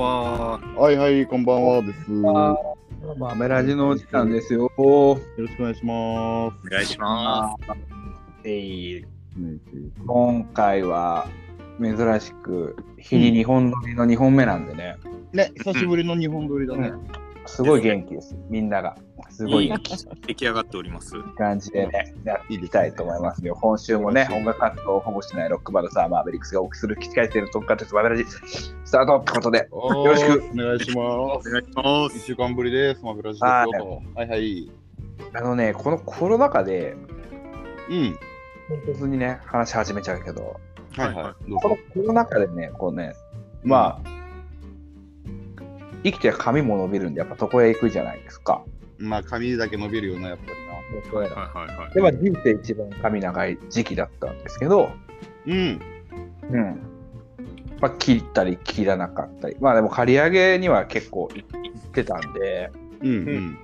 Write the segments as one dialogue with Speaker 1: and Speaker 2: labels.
Speaker 1: はいはい、こんばんはです。よ
Speaker 2: まあ、メラジのお時間ですよ。
Speaker 1: ろしくお願いします。
Speaker 3: お願いしま
Speaker 2: えー
Speaker 1: ね
Speaker 2: 今回は珍しく、日に日本撮りの2本目なんでね、
Speaker 1: ね、久しぶりの日本撮りだね。
Speaker 2: すごい元気です。みんなが。す
Speaker 3: す。
Speaker 2: ごいいい
Speaker 3: 出来上がっております。
Speaker 2: 感じでね、やっていきたいと思いますよ。今週もね、音楽活動を保護しないロックバンドサーマーベリックスがお送りする機械性の特化鉄マベラジ、スタートってことで、
Speaker 1: よ
Speaker 2: ろしく
Speaker 1: お願いしま
Speaker 3: お
Speaker 1: す。
Speaker 3: 願いしま
Speaker 1: 一
Speaker 3: す。
Speaker 1: 週間ぶりです。マブラジです
Speaker 2: はい
Speaker 1: よ。はいはい。
Speaker 2: あのね、このコロナ禍で、
Speaker 1: うん。
Speaker 2: 唐突にね、話し始めちゃうけど、
Speaker 1: はい
Speaker 3: は
Speaker 1: はい。どう
Speaker 2: この
Speaker 1: ぞ
Speaker 2: コ。ロナ禍でね、こうね、まあ、生きて髪も伸びるんで、やっぱ床屋行くじゃないですか。
Speaker 1: まあ、髪だけ伸びるよな、やっぱり
Speaker 2: 床屋
Speaker 3: はいはいはい。
Speaker 2: では人生一番髪長い時期だったんですけど、
Speaker 1: な。うん。
Speaker 2: うんまあ、切ったり切らなかったりまあでも刈り上げには結構行ってたんで
Speaker 1: うん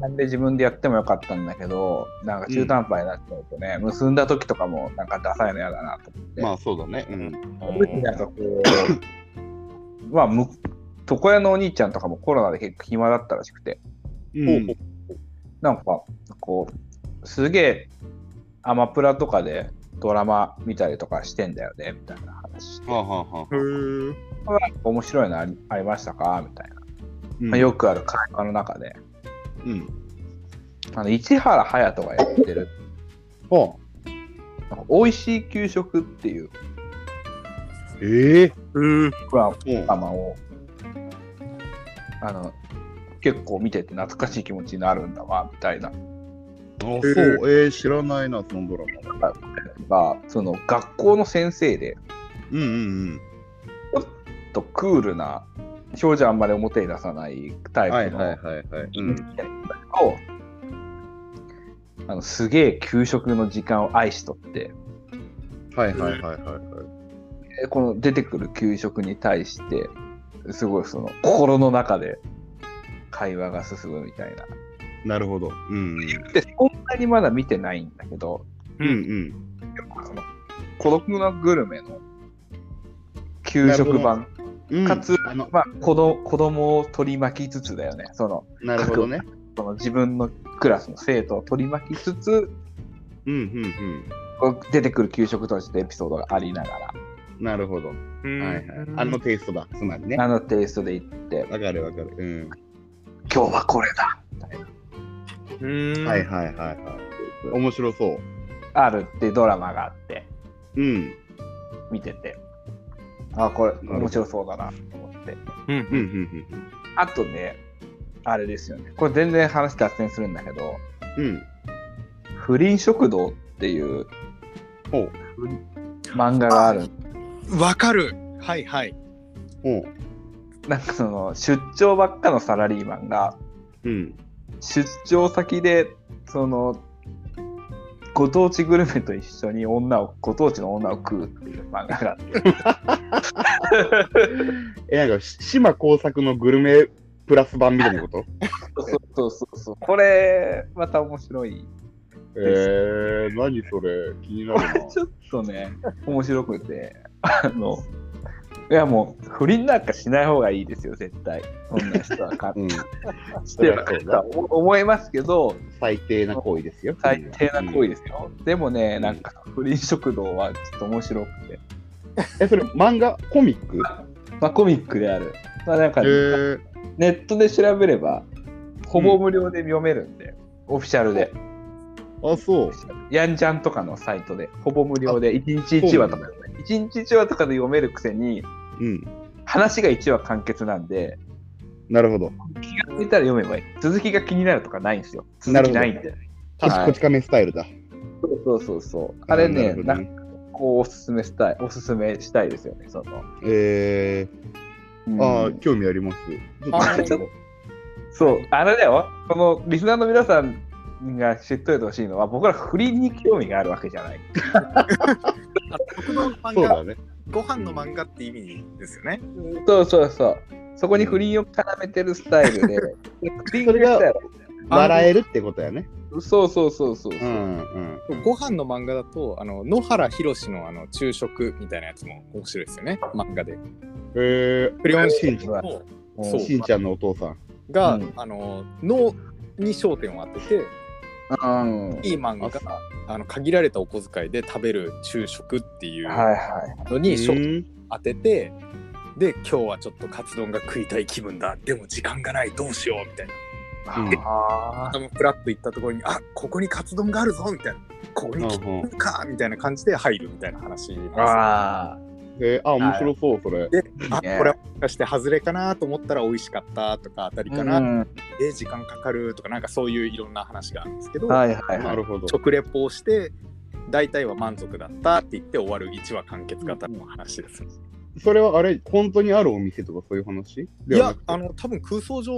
Speaker 2: なんで自分でやってもよかったんだけどなんか中途半端になっちゃうとね、結んだ時とかもなんかダサいの嫌だなと思っ
Speaker 1: う
Speaker 2: て、
Speaker 1: ん。まあ、そうだね。うん。
Speaker 2: その時なんかこうまあむ床屋のお兄ちゃんとかもコロナで結構暇だったらしくて
Speaker 1: うん。
Speaker 2: なんかこうすげえアマプラとかでドラマ見たりとかしてんだよねみたいな話して
Speaker 1: はあ、はあはあ
Speaker 3: へー
Speaker 2: 面白いのありありましたかみたいな、
Speaker 1: うん
Speaker 2: まあ、よくある会話の中で
Speaker 1: うん。
Speaker 2: あの市原隼人がやってる
Speaker 1: は
Speaker 2: 「なんか美味しい給食」っていう
Speaker 1: あ。ええ。
Speaker 3: うー
Speaker 2: ドラ
Speaker 1: うん。
Speaker 2: マをあの結構見てて懐かしい気持ちになるんだわみたいな
Speaker 1: あ、そう。ええ、知らないな、そのドラマ。
Speaker 2: がその学校の先生で
Speaker 1: うんうん
Speaker 2: ちょっとクールな表情あんまり表に出さない
Speaker 1: うん。は
Speaker 2: タイ
Speaker 1: い
Speaker 2: プ
Speaker 1: はい
Speaker 2: の
Speaker 1: はいはい。う
Speaker 2: 人
Speaker 1: ん。
Speaker 2: だけど、あのすげえ給食の時間を愛しとって。
Speaker 1: はいはいはいはいはい。
Speaker 2: でこの出てくる給食に対してすごいその心の中で会話が進むみたいな
Speaker 1: なるほど。うんうん。
Speaker 2: でそんなにまだ見てないんだけど
Speaker 1: うんうん。
Speaker 2: その孤独のグルメの給食版
Speaker 1: うん
Speaker 2: かつ、
Speaker 1: あの、
Speaker 2: まあ、子ど子供を取り巻きつつだよねその
Speaker 1: なるほどね。
Speaker 2: その自分のクラスの生徒を取り巻きつつ
Speaker 1: うんうん
Speaker 2: こう出てくる給食としてエピソードがありながら
Speaker 1: うん。なるほど。は
Speaker 3: うん
Speaker 1: いはい。あのテイストだ。つまりね。
Speaker 2: あのテイストで行って
Speaker 1: わかるわかる。
Speaker 2: 今日はこれだ
Speaker 3: う
Speaker 1: うんん。はいはいはいはい。面白そう。
Speaker 2: あるってドラマがあって
Speaker 1: うん。
Speaker 2: 見ててあこれ
Speaker 1: ほど
Speaker 2: 面白そうだなと思って
Speaker 3: うん
Speaker 1: うんう
Speaker 3: うん
Speaker 1: ん
Speaker 2: あとねあれですよねこれ全然話脱線するんだけど
Speaker 1: うん。うん。
Speaker 2: 「不倫食堂」っていう
Speaker 1: ほう。
Speaker 2: 漫画がある
Speaker 3: うん。わかる。はいはい。
Speaker 1: ほう。
Speaker 2: なんかその出張ばっかのサラリーマンが
Speaker 1: うん。
Speaker 2: 出張先でそのご当地グルメと一緒に女をご当地の女を食うっていう漫画があって
Speaker 1: え、なんか、島工作のグルメプラス版みたいな こと
Speaker 2: そうそうそうこれまた面白い
Speaker 1: えー、何それ。気になるな。
Speaker 2: ちょっとね、面白くて、あの、いやもう、不倫なんかしない方がいいですよ、絶対。そんな人はか
Speaker 1: うん。
Speaker 2: し
Speaker 1: そ
Speaker 2: てる
Speaker 1: りゃそう
Speaker 2: と
Speaker 1: だ
Speaker 2: は思いますけど、
Speaker 1: 最低な行為ですよ。。
Speaker 2: 最低な行為ですすよ。でもね、
Speaker 1: ん
Speaker 2: なんか、不倫食堂はちょっと面白くて、
Speaker 1: え、それ漫画コミック
Speaker 2: まあ、コミックである。まあ、なんか、
Speaker 1: えー、
Speaker 2: ネットで調べれば、ほぼ無料で読めるんで、オフィシャルで。
Speaker 1: あ、そう。
Speaker 2: ヤンジャンとかのサイトで、ほぼ無料で、1日1話とかで、1日1話とかで読めるくせに、
Speaker 1: うん。
Speaker 2: 話が1話完結なんで、
Speaker 1: なるほど。
Speaker 2: 気がついたら読めばいい。続きが気になるとかないんですよ。続きないんで。
Speaker 1: こち
Speaker 2: はい
Speaker 1: こち亀スタイルだ。
Speaker 2: そうそうそうそう。あれね、
Speaker 1: な
Speaker 2: な
Speaker 1: る
Speaker 2: んかこうおすすめしたい、おすすめしたいですよね。その。
Speaker 1: え
Speaker 2: う
Speaker 1: ー、
Speaker 2: ん
Speaker 1: あー、興味あります。ちょっと見てみよう
Speaker 2: そう、あれだよ。このリスナーの皆さんが知っといてほしいのは、僕ら不倫に興味があるわけじゃない。
Speaker 3: あ僕の漫
Speaker 1: そう
Speaker 3: 画、
Speaker 1: だね。
Speaker 3: ご飯の漫画って意味ですよね。
Speaker 2: そうそうそう。そこに不倫を絡めてるスタイ ルで、不倫
Speaker 1: それが
Speaker 2: したら
Speaker 1: 笑えるってことやね。
Speaker 2: そうそうそうそうそう。
Speaker 1: うんうん。
Speaker 3: ご飯の漫画だと、あの野原宏のあの昼食みたいなやつも面白いですよね。漫画で。
Speaker 1: え
Speaker 3: クレヨン
Speaker 2: シ
Speaker 3: し
Speaker 2: ン
Speaker 3: ん
Speaker 2: ジ
Speaker 3: ち
Speaker 2: は
Speaker 3: ゃんもそう
Speaker 1: しんちゃんのお父さん。
Speaker 3: が、
Speaker 2: うん
Speaker 3: あの脳に焦点を当てて
Speaker 2: うん。はい
Speaker 3: いい漫画があの限られたお小遣いで食べる昼食っていう
Speaker 2: はい。
Speaker 3: のに焦点
Speaker 1: うん
Speaker 3: 当てて、で今日はちょっとカツ丼が食いたい気分だでも時間がないどうしようみたいな
Speaker 2: あ
Speaker 3: あのフラッと行ったところにあここにカツ丼があるぞみたいなここに来
Speaker 1: うんうん
Speaker 3: たかみたいな感じで入るみたいな話なんですよ
Speaker 2: あ
Speaker 1: えーあ、面白そう、それ。
Speaker 3: で、あ
Speaker 2: ね
Speaker 3: これはもしかして外れかなと思ったら美味しかったとか当たり
Speaker 2: ー。
Speaker 3: かな、
Speaker 2: うん
Speaker 3: え時間かかるとかなんかそういういろんな話があるんですけど、
Speaker 2: はいはいは。
Speaker 1: ないるほど。
Speaker 3: 食レポをして大体は満足だったって言って終わる1話完結型の話です。
Speaker 1: それはあれ、本当にあるお店とかそういう話
Speaker 3: いやあ
Speaker 1: あ
Speaker 3: の多分空想上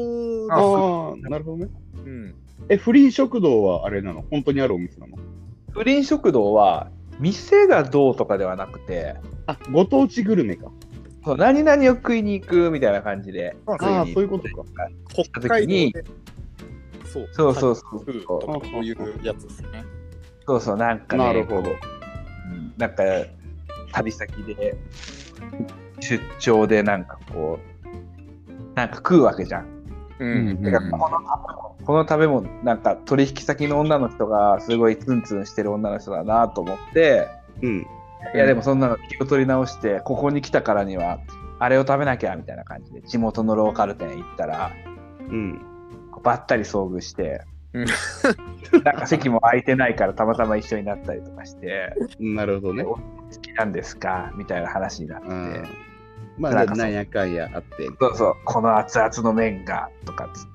Speaker 1: あ
Speaker 2: あ
Speaker 3: の、
Speaker 1: ー、なるほどね。
Speaker 3: うん、
Speaker 1: え、不倫食堂はあれなの本当にあるお店なの
Speaker 2: 不倫食堂は店がどうとかではなくて、
Speaker 1: あ、ご当地グルメか。
Speaker 2: そう何々を食いに行くみたいな感じで。
Speaker 3: あ
Speaker 1: ああ、
Speaker 2: 食
Speaker 1: そうい
Speaker 2: に
Speaker 1: うことか。
Speaker 3: 北海道
Speaker 2: に
Speaker 3: でそう
Speaker 2: そうそううそう
Speaker 3: と
Speaker 2: そう。
Speaker 3: かそういうやつですね。
Speaker 2: そうそう、なんかね。
Speaker 1: なるほど。
Speaker 2: うんなんか旅先で出張でなんかこうなんか食うわけじゃん。
Speaker 3: う
Speaker 1: うん
Speaker 3: ん
Speaker 2: てかこのこの食べ物なんか取引先の女の人がすごいツンツンしてる女の人だなと思って
Speaker 1: うん。
Speaker 2: いやでもそんなの気を取り直してここに来たからにはあれを食べなきゃみたいな感じで地元のローカル店行ったら
Speaker 1: うん。
Speaker 2: ばったり遭遇して
Speaker 3: う。
Speaker 2: なんか席も空いてないからたまたま一緒になったりとかして
Speaker 1: なるほどね。
Speaker 2: 好きなんですかみたいな話になって、
Speaker 1: うんま
Speaker 2: な
Speaker 1: あ、
Speaker 2: んかそう
Speaker 1: なんやかんやあって。
Speaker 2: そうそう、この熱々の麺がとかつ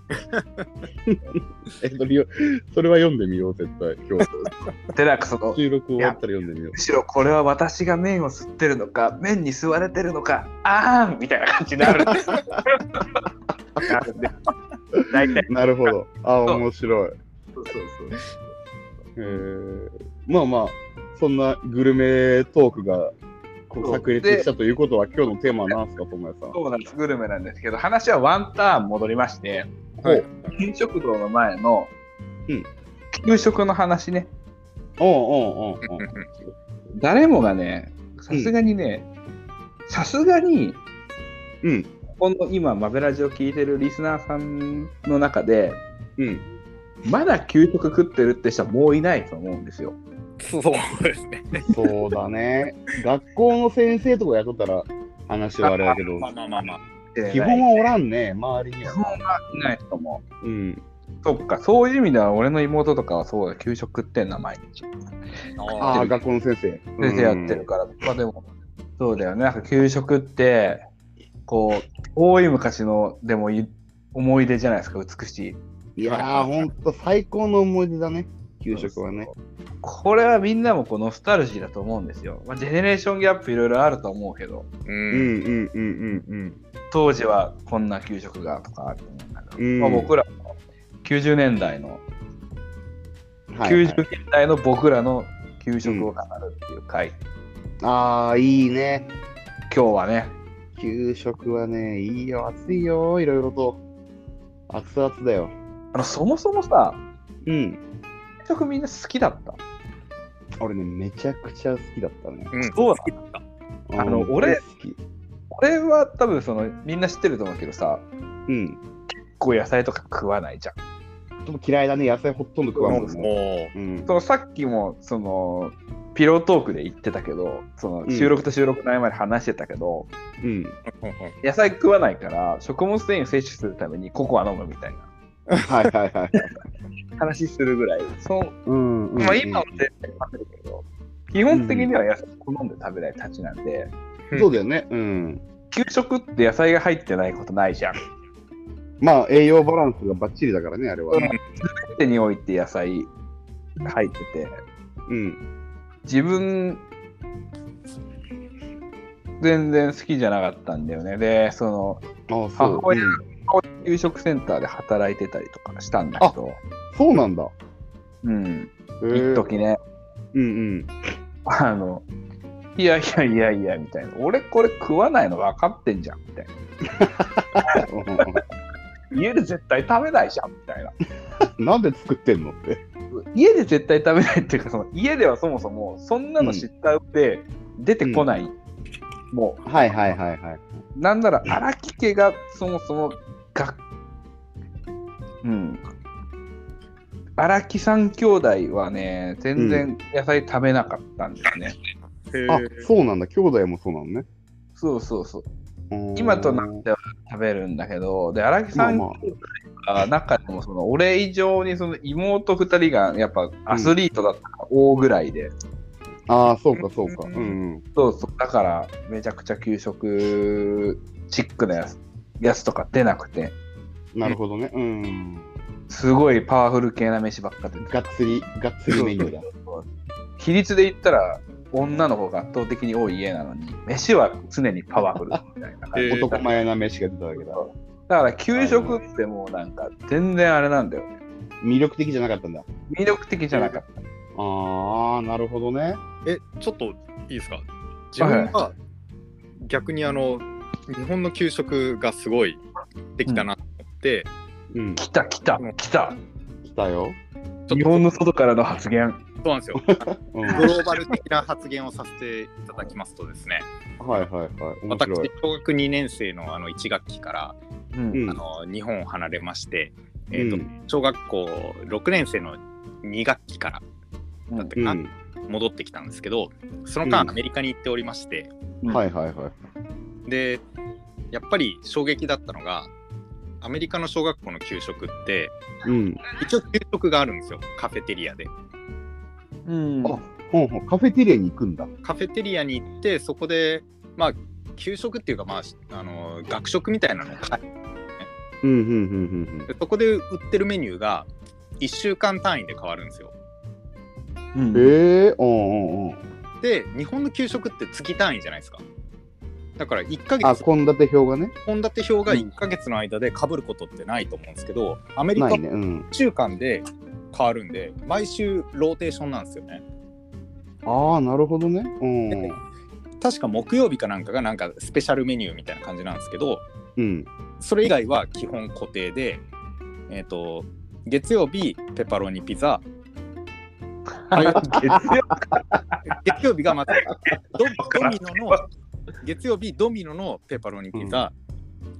Speaker 1: え、それよそれは読んでみよう、絶対。今日。
Speaker 2: って、なんかその、
Speaker 1: 収録終わったら読んでみよう
Speaker 2: む。しろこれは私が麺を吸ってるのか、麺に吸われてるのか、あーんみたいな感じになるんです。なるんで大体、
Speaker 1: なるほど。あ、
Speaker 2: そう
Speaker 1: 面白い。
Speaker 2: そうそうそう。
Speaker 1: えーまあまあ、そんなグルメトークがこ
Speaker 2: そう
Speaker 1: う炸裂したということは、今日のテーマは何ですか、友也さん。
Speaker 2: そうなんです、グルメなんですけど、話はワンターン戻りまして、
Speaker 3: はい
Speaker 2: 飲食堂の前の、
Speaker 1: うん
Speaker 2: 給食の話ね、
Speaker 1: おうんうんうんうん。
Speaker 2: 誰もがね、さすがにね、さすがに、
Speaker 1: うん
Speaker 2: この今、マベラジを聞いてるリスナーさんの中で、
Speaker 1: うん。
Speaker 2: まだ給食食ってるって人はもういないと思うんですよ。
Speaker 3: そうですね。
Speaker 1: そうだね。学校の先生とか雇ったら話はあれだけ ど
Speaker 3: ま、あまあまあまあ。
Speaker 1: 基本はおらんね、周りに
Speaker 2: 基
Speaker 1: は。
Speaker 2: 本はいないと思う。
Speaker 1: うん。
Speaker 2: そっか、そういう意味では俺の妹とかはそうだ、給食食ってんな、毎日。
Speaker 1: あ
Speaker 3: あ
Speaker 1: あ、学校の先生。
Speaker 2: 先生やってるから。まあでも、そうだよね。なんか給食って、こう、遠い昔の、でもい思い出じゃないですか、美しい。
Speaker 1: うん。いやー、ほんと最高の思い出だね、給食はね。
Speaker 2: これはみんなもこうノスタルジーだと思うんですよ。まあ、ジェネレーションギャップいろいろあると思うけど、
Speaker 3: う
Speaker 1: うんんうんうんうん
Speaker 2: 当時はこんな給食がとかあると思うんだけ
Speaker 1: う
Speaker 2: ど、
Speaker 1: ん
Speaker 2: まあ、僕らも90年代の、
Speaker 1: うん。はいはい
Speaker 2: 90年代の僕らの給食を語るっていう回、
Speaker 1: ああ、いいね。
Speaker 2: 今日はね、
Speaker 1: 給食はね、いいよ、暑いよ、いろいろと。熱々だよ。
Speaker 2: あのそもそもさ、
Speaker 1: うん。
Speaker 2: 給食みんな好きだった。
Speaker 1: 俺ね、めちゃくちゃ好きだったね。
Speaker 3: うん
Speaker 2: そうだ
Speaker 3: だ。
Speaker 2: あの
Speaker 1: うん
Speaker 2: 俺
Speaker 1: 大好き。
Speaker 2: 俺は多分そのみんな知ってると思うけどさ、
Speaker 1: うん。
Speaker 2: こう野菜とか食わないじゃん。
Speaker 1: でも嫌いだね、野菜ほとんど食わんもんね。
Speaker 3: も
Speaker 1: うん。
Speaker 2: そのさっきもそのピロートークで言ってたけど、その収録と収録の合間で話してたけど、
Speaker 1: うん。
Speaker 3: う
Speaker 2: 野菜食わないから食物繊維を摂取するためにココア飲むみたいな
Speaker 1: はいはいはい。
Speaker 2: 話するぐらい、そう
Speaker 1: うんうんうん。
Speaker 2: まあ、今は全然食べるけど、基本的には野菜好んで食べないたちなんで、
Speaker 1: そうだよね。うん。
Speaker 2: 給食って野菜が入ってないことないじゃん。
Speaker 1: まあ、栄養バランスがバッチリだからね、あれは。
Speaker 2: 手において野菜入ってて、
Speaker 1: うん。
Speaker 2: 自分、全然好きじゃなかったんだよね。で、そ
Speaker 1: あ
Speaker 2: の、
Speaker 1: あ、そう
Speaker 2: 母。親
Speaker 1: うん
Speaker 2: 給食センターで働いてたりとかしたんだけど、
Speaker 1: そうなんだ。
Speaker 2: うん、
Speaker 1: へ
Speaker 2: 一
Speaker 1: ー
Speaker 2: 時ね、
Speaker 1: うん
Speaker 2: あの、いやいやいやいや、みたいな。俺これ食わないの分かってんじゃん、みたいな。
Speaker 1: う
Speaker 2: 家で絶対食べないじゃん、みたいな。
Speaker 1: ん。 なんで作ってんのって。
Speaker 2: 家で絶対食べないっていうかその家ではそもそもそんなの知った上で出てこないも
Speaker 1: はいはいはいはい。
Speaker 2: う、なんなら荒木家がそもそもが、うん。荒木三兄弟はね、全然野菜食べなかったんですね。
Speaker 1: あ
Speaker 3: へえ、
Speaker 1: そうなんだ。兄弟もそうなのね。
Speaker 2: そうそうそう。
Speaker 1: うーん
Speaker 2: 今となっては食べるんだけど、で、荒木
Speaker 1: ま
Speaker 2: さ
Speaker 1: あ
Speaker 2: ん
Speaker 1: まあ。
Speaker 2: が中でもその俺以上にその妹2人がやっぱアスリートだったから大ぐらいで、
Speaker 1: ああ、そうかそうか。うんうん。
Speaker 2: そうそうだからめちゃくちゃ給食チックなやつやつとか出なくて
Speaker 1: なるほどね。うん。
Speaker 2: すごいパワフル系な飯ばっか出て
Speaker 1: がっつり、がっつりメニューだ。
Speaker 2: 比率で言ったら女の方が圧倒的に多い家なのに飯は常にパワフルみたいな感じ
Speaker 3: へー
Speaker 1: 男前な飯が出たわけだ。
Speaker 2: だから給食ってもうなんか全然あれなんだよね
Speaker 1: 魅力的じゃなかったんだ。
Speaker 2: 魅力的じゃなかった
Speaker 1: ああ、なるほどね。
Speaker 3: え、ちょっといいですか自分は逆にあの、日本の給食がすごいできたなと思って、
Speaker 1: うん。
Speaker 2: 来た来た来た
Speaker 1: 来たよ。
Speaker 3: ちょっと
Speaker 2: 日本の外からの発言
Speaker 3: そうなんですよ。
Speaker 1: う
Speaker 3: グ
Speaker 1: ん。はい
Speaker 3: ローバル的な発言をさせていただきますとですね、
Speaker 1: はいはい。面
Speaker 3: 私
Speaker 1: 白い。、
Speaker 3: 小学2年生のあの1学期から、
Speaker 2: うん
Speaker 1: うん
Speaker 3: あの日本を離れまして、えーと
Speaker 1: うん
Speaker 3: 小学校6年生の2学期からだったかな、
Speaker 1: うん。
Speaker 3: 戻ってきたんですけどその間
Speaker 1: うん
Speaker 3: アメリカに行っておりまして、
Speaker 1: はいはいはい。
Speaker 3: でやっぱり衝撃だったのがアメリカの小学校の給食って
Speaker 1: うん。
Speaker 3: 一応給食があるんですよカフェテリアで
Speaker 2: うん
Speaker 1: あほんほん。カフェテリアに行くんだ。
Speaker 3: カフェテリアに行ってそこでまあ給食っていうかまああの学食みたいなのを買い
Speaker 1: うんうんうん
Speaker 3: でそこで売ってるメニューが1週間単位で変わるんですよ
Speaker 1: うんうん。ええー、うんうんうん。
Speaker 3: で日本の給食って月単位じゃないですかだから1ヶ
Speaker 1: あ、
Speaker 3: 月
Speaker 1: 献立表がね。
Speaker 3: 献立表が1ヶ月の間でかぶることってないと思うんですけどアメリカ
Speaker 1: な
Speaker 3: はい
Speaker 1: ね。うん。
Speaker 3: 一週間で変わるんで毎週ローテーションなんですよね
Speaker 1: ああ、なるほどね。うん。
Speaker 3: 確か木曜日かなんかがなんかスペシャルメニューみたいな感じなんですけど
Speaker 1: うん。
Speaker 3: それ以外は基本固定でえっ、と月曜日ペパロニピザ火曜日 月曜日がまたドドミノの月曜日ドミノのペパロニピザ、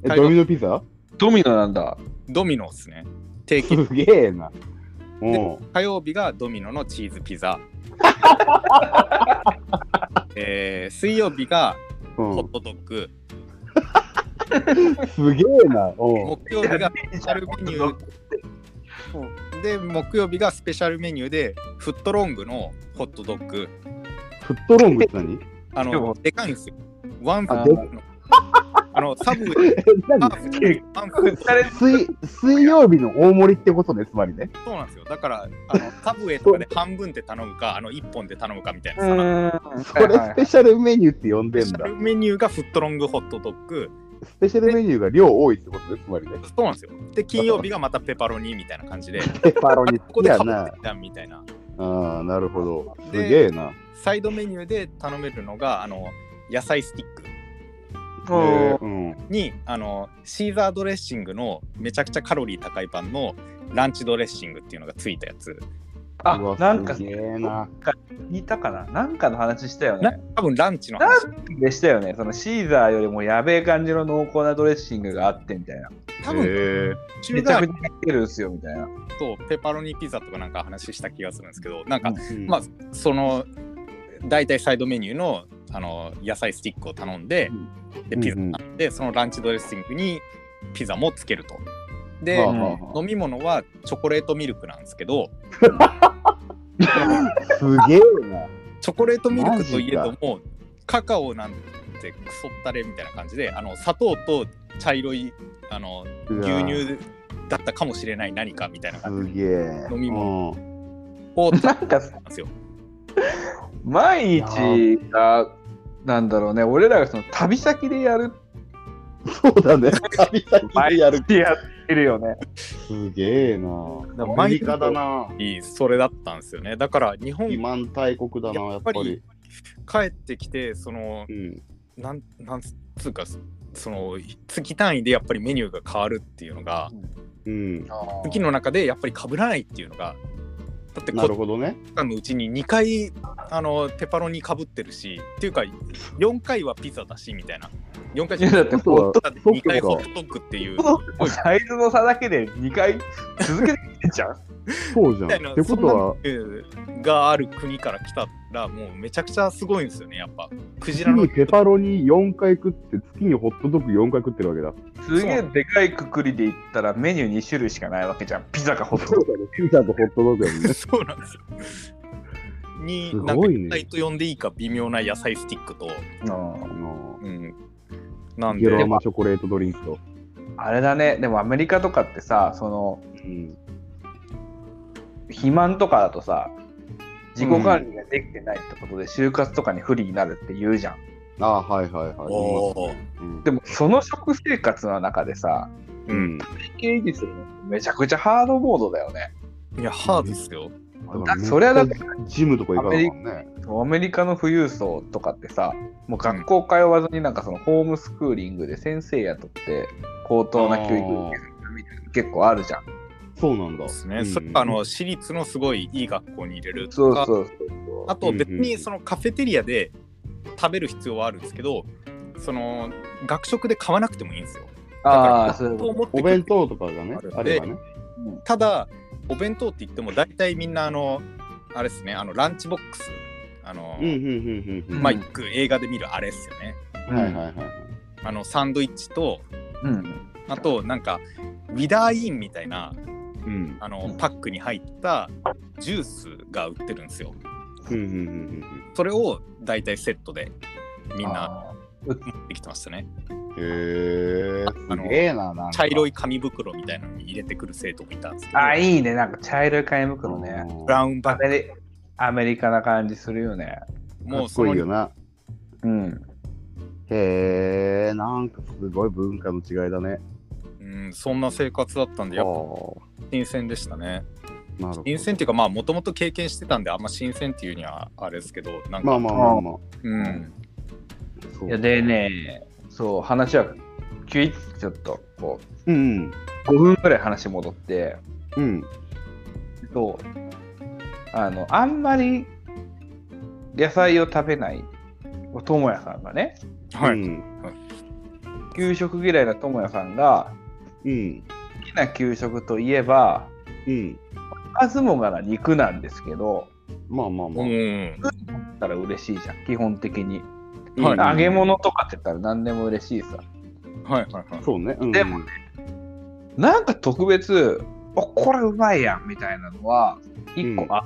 Speaker 1: え、ドミノ ピザ
Speaker 2: ドミノなんだ。
Speaker 3: ドミノですね定期
Speaker 1: すげえな。うん。
Speaker 3: 火曜日がドミノのチーズピ ザえー水曜日がホットドッグ、
Speaker 1: すげえな。うん。
Speaker 3: 木曜日がスペシャルメニュ ーで木曜日がスペシャルメニューでフットロングのホットドッグ
Speaker 1: フットロングって 何
Speaker 3: あ
Speaker 2: でも
Speaker 3: のでかいんですよワンフッ
Speaker 1: あ
Speaker 3: トのあのサブウェイ
Speaker 1: え、何
Speaker 3: ワンフットワンフット
Speaker 1: 水水曜日の大盛りってことね、つまりね。
Speaker 3: そうなんですよだからあのサブウェイとかで半分で頼むかあの1本で頼むかみたいなさ
Speaker 1: それスペシャルメニューって呼んで
Speaker 3: ス
Speaker 1: ん
Speaker 3: ペシ
Speaker 1: だ
Speaker 3: ャ。ルメニューがフットロングホットドッグ
Speaker 1: スペシャルメニューが量多いってことね、つ まりね。
Speaker 3: そうなんですよで金曜日がまたペパロニみたいな感 じで
Speaker 1: ペパロニ
Speaker 3: ここ
Speaker 1: 好き
Speaker 3: で
Speaker 1: や
Speaker 3: かぶ
Speaker 1: な
Speaker 3: って。きたみたいな
Speaker 1: ああ、なるほど。す
Speaker 3: で
Speaker 1: げえな。
Speaker 3: サイドメニューで頼めるのがあの野菜スティック
Speaker 1: へえうん。
Speaker 3: にあのシーザードレッシングのめちゃくちゃカロリー高いパンのランチドレッシングっていうのがついたやつ
Speaker 2: あ
Speaker 1: うわ
Speaker 2: なんか
Speaker 1: すげえな。
Speaker 2: 聞いたかななんかの話したよ
Speaker 3: な
Speaker 2: ね。
Speaker 3: 多分ランチの話
Speaker 2: でしたよね。そのシーザーよりもやべえ感じの濃厚なドレッシングがあってみたいな。
Speaker 3: 多
Speaker 1: へ
Speaker 3: 分
Speaker 1: え
Speaker 3: 中
Speaker 2: めちゃ
Speaker 3: 華
Speaker 2: くちゃ入ってるんすよみたいな。
Speaker 3: とペパロニピザとかなんか話した気がするんですけどなんか
Speaker 1: うん
Speaker 3: まあその大体サイドメニューのあの野菜スティックを頼んででピザ
Speaker 1: うんうん
Speaker 3: 頼んでそのランチドレッシングにピザもつけるとで
Speaker 1: はあはあはあ
Speaker 3: 飲み物はチョコレートミルクなんですけど
Speaker 1: すげえな。
Speaker 3: チョコレートミルクといえどもカカオなんてクソったれみたいな感じであの砂糖と茶色いあの
Speaker 1: うわ
Speaker 3: 牛乳だったかもしれない何かみたいな感
Speaker 1: す
Speaker 3: じ
Speaker 1: げえ。
Speaker 3: 飲み
Speaker 1: 物。
Speaker 3: を食べ
Speaker 2: なんか
Speaker 3: たん ですよ。
Speaker 2: 毎日が、なんだろうね、俺らがその旅先でやる
Speaker 1: そうだね。旅先でやる。
Speaker 2: ってやってるよね。
Speaker 1: すげえな。
Speaker 2: だから
Speaker 1: アメリカだな。
Speaker 3: いいそれだったんですよねだから日本
Speaker 1: 肥満大国だな、
Speaker 3: や
Speaker 1: や
Speaker 3: っ
Speaker 1: っ
Speaker 3: ぱ
Speaker 1: ぱ
Speaker 3: り
Speaker 1: り。
Speaker 3: 帰ってきてその
Speaker 1: うん。
Speaker 3: なんなんつうかその月単位でやっぱりメニューが変わるっていうのが
Speaker 1: うん。
Speaker 3: 月の中でやっぱり被らないっていうのがだってこ
Speaker 1: な
Speaker 3: っ
Speaker 1: るほどね。
Speaker 3: 間のうちに2回あのペパロニかぶってるしっていうか4回はピザだしみたいな4回
Speaker 2: いやだって
Speaker 3: ホット
Speaker 1: そうだそっか
Speaker 3: 2回ホットドッグっていう
Speaker 2: サイズの差だけで2回続けてきてんじゃん。
Speaker 1: そうじゃん。
Speaker 3: みたいな
Speaker 1: ってことは、
Speaker 3: そんなのがある国から来たらもうめちゃくちゃすごいんですよねやっぱクジ
Speaker 1: 月
Speaker 3: ラの
Speaker 1: にペパロニ4回食って、月にホットドッグ4回食ってるわけだ。
Speaker 2: すげえでかいくくりで言ったらメニュー2種類しかないわけじゃん。ピザかホットドッグ。
Speaker 1: だね。ピザとホットドッグやもんね。
Speaker 3: そうなんですよに
Speaker 1: す
Speaker 3: なんか
Speaker 1: ごいね
Speaker 3: 野菜と呼んでいいか微妙な野菜スティックと、
Speaker 1: あの
Speaker 3: うん、なん
Speaker 1: ゲ
Speaker 3: で
Speaker 1: ロアマチョコレートドリンクと。
Speaker 2: あれだね、でもアメリカとかってさ、その
Speaker 1: うん。
Speaker 2: 肥満とかだとさ、自己管理ができてないってことで、就活とかに不利になるって言うじゃん。
Speaker 1: ああ、はいはいは
Speaker 3: おー
Speaker 1: い。うん
Speaker 2: でも、その食生活の中でさ、
Speaker 3: うん、
Speaker 2: 経維持するのめちゃくちゃハードモードだよね。
Speaker 3: いやハードですよ
Speaker 1: うん
Speaker 2: だそれはだって、
Speaker 1: ジムとか行かないもんね。
Speaker 2: アメリカの富裕層とかってさ、もう学校通わずになんかそのホームスクーリングで先生雇って高等な教育を受けるみたいなの結構あるじゃん。
Speaker 1: そうなんだ。
Speaker 3: ですね、
Speaker 1: うん
Speaker 3: それあの私立のすごいいい学校に入れる
Speaker 2: そ
Speaker 3: と
Speaker 2: う
Speaker 3: か
Speaker 2: そうそう
Speaker 3: あと別
Speaker 1: うんうんう
Speaker 3: に
Speaker 1: ん
Speaker 3: そのカフェテリアで食べる必要はあるんですけどその学食で買わなくてもいいんですよ
Speaker 2: ああ、そういう
Speaker 3: と
Speaker 2: こ
Speaker 3: 思ってく
Speaker 1: お
Speaker 3: る
Speaker 1: 弁当とかがね
Speaker 3: あるん、で
Speaker 1: あればね。
Speaker 3: ただお弁当って言っても大体みんなあのあれですねあのランチボックスあの、
Speaker 1: うんうんうんうんうん。
Speaker 3: まあ
Speaker 2: うん
Speaker 3: よく映画で見るあれですよね
Speaker 2: と。
Speaker 1: はいはいはい。
Speaker 3: あのサンドイッチと
Speaker 2: うん。
Speaker 3: あとなんかウィダーインみたいな
Speaker 1: うん。
Speaker 3: あ
Speaker 2: う
Speaker 3: の
Speaker 2: ん
Speaker 3: パックに入ったジュースが売ってるんですよ
Speaker 1: うんうんうんうん
Speaker 3: それを大体セットでみんな
Speaker 2: あ
Speaker 3: 持ってきてましたね
Speaker 1: うん。へえ。
Speaker 3: あ
Speaker 1: す
Speaker 3: の
Speaker 1: げえな、なんか。
Speaker 3: 茶色い紙袋みたいなのに入れてくる生徒もいたんですけ
Speaker 2: ー
Speaker 3: ど
Speaker 2: あー、いいね。なんか茶色い紙袋ね。
Speaker 1: うん
Speaker 3: ブラウン
Speaker 2: ア
Speaker 3: バッ
Speaker 2: メリアメリカな感じするよね。
Speaker 3: グ
Speaker 1: か
Speaker 3: もう
Speaker 1: っ
Speaker 3: そ
Speaker 1: こいい
Speaker 3: の
Speaker 1: よな。
Speaker 2: うん。
Speaker 1: へえ、なんかすごい文化の違いだね。
Speaker 3: うん、そんな生活だったんでやっぱ新鮮でしたね
Speaker 1: あーなるほ
Speaker 3: 新鮮っていうかまあもともと経験してたんであんま新鮮っていうにはあれですけどなんか、
Speaker 1: ど。まあまあまあまあ。
Speaker 3: うん
Speaker 1: そう
Speaker 2: いや、でね、そう、話は、キュイッちょっと、こ
Speaker 1: うん
Speaker 2: う、5分ぐらい話戻って、
Speaker 1: うん。うん。
Speaker 2: そう、あの、あんまり野菜を食べない、友也さんがね、
Speaker 3: はい、
Speaker 1: うん。
Speaker 2: 給食嫌いな友也さんが、
Speaker 1: うん。
Speaker 2: 好きな給食といえば、
Speaker 1: うん。
Speaker 2: おかずもがな肉なんですけど、
Speaker 1: まあまあまあ。
Speaker 3: うん
Speaker 2: だったら嬉しいじゃん、基本的に。
Speaker 3: はい
Speaker 2: 揚げ物とかって言ったら何でも嬉しいさ。
Speaker 3: はいはいはい
Speaker 1: そうね。うん
Speaker 2: でもなんか特別、あこれうまいやんみたいなのは、一個あっ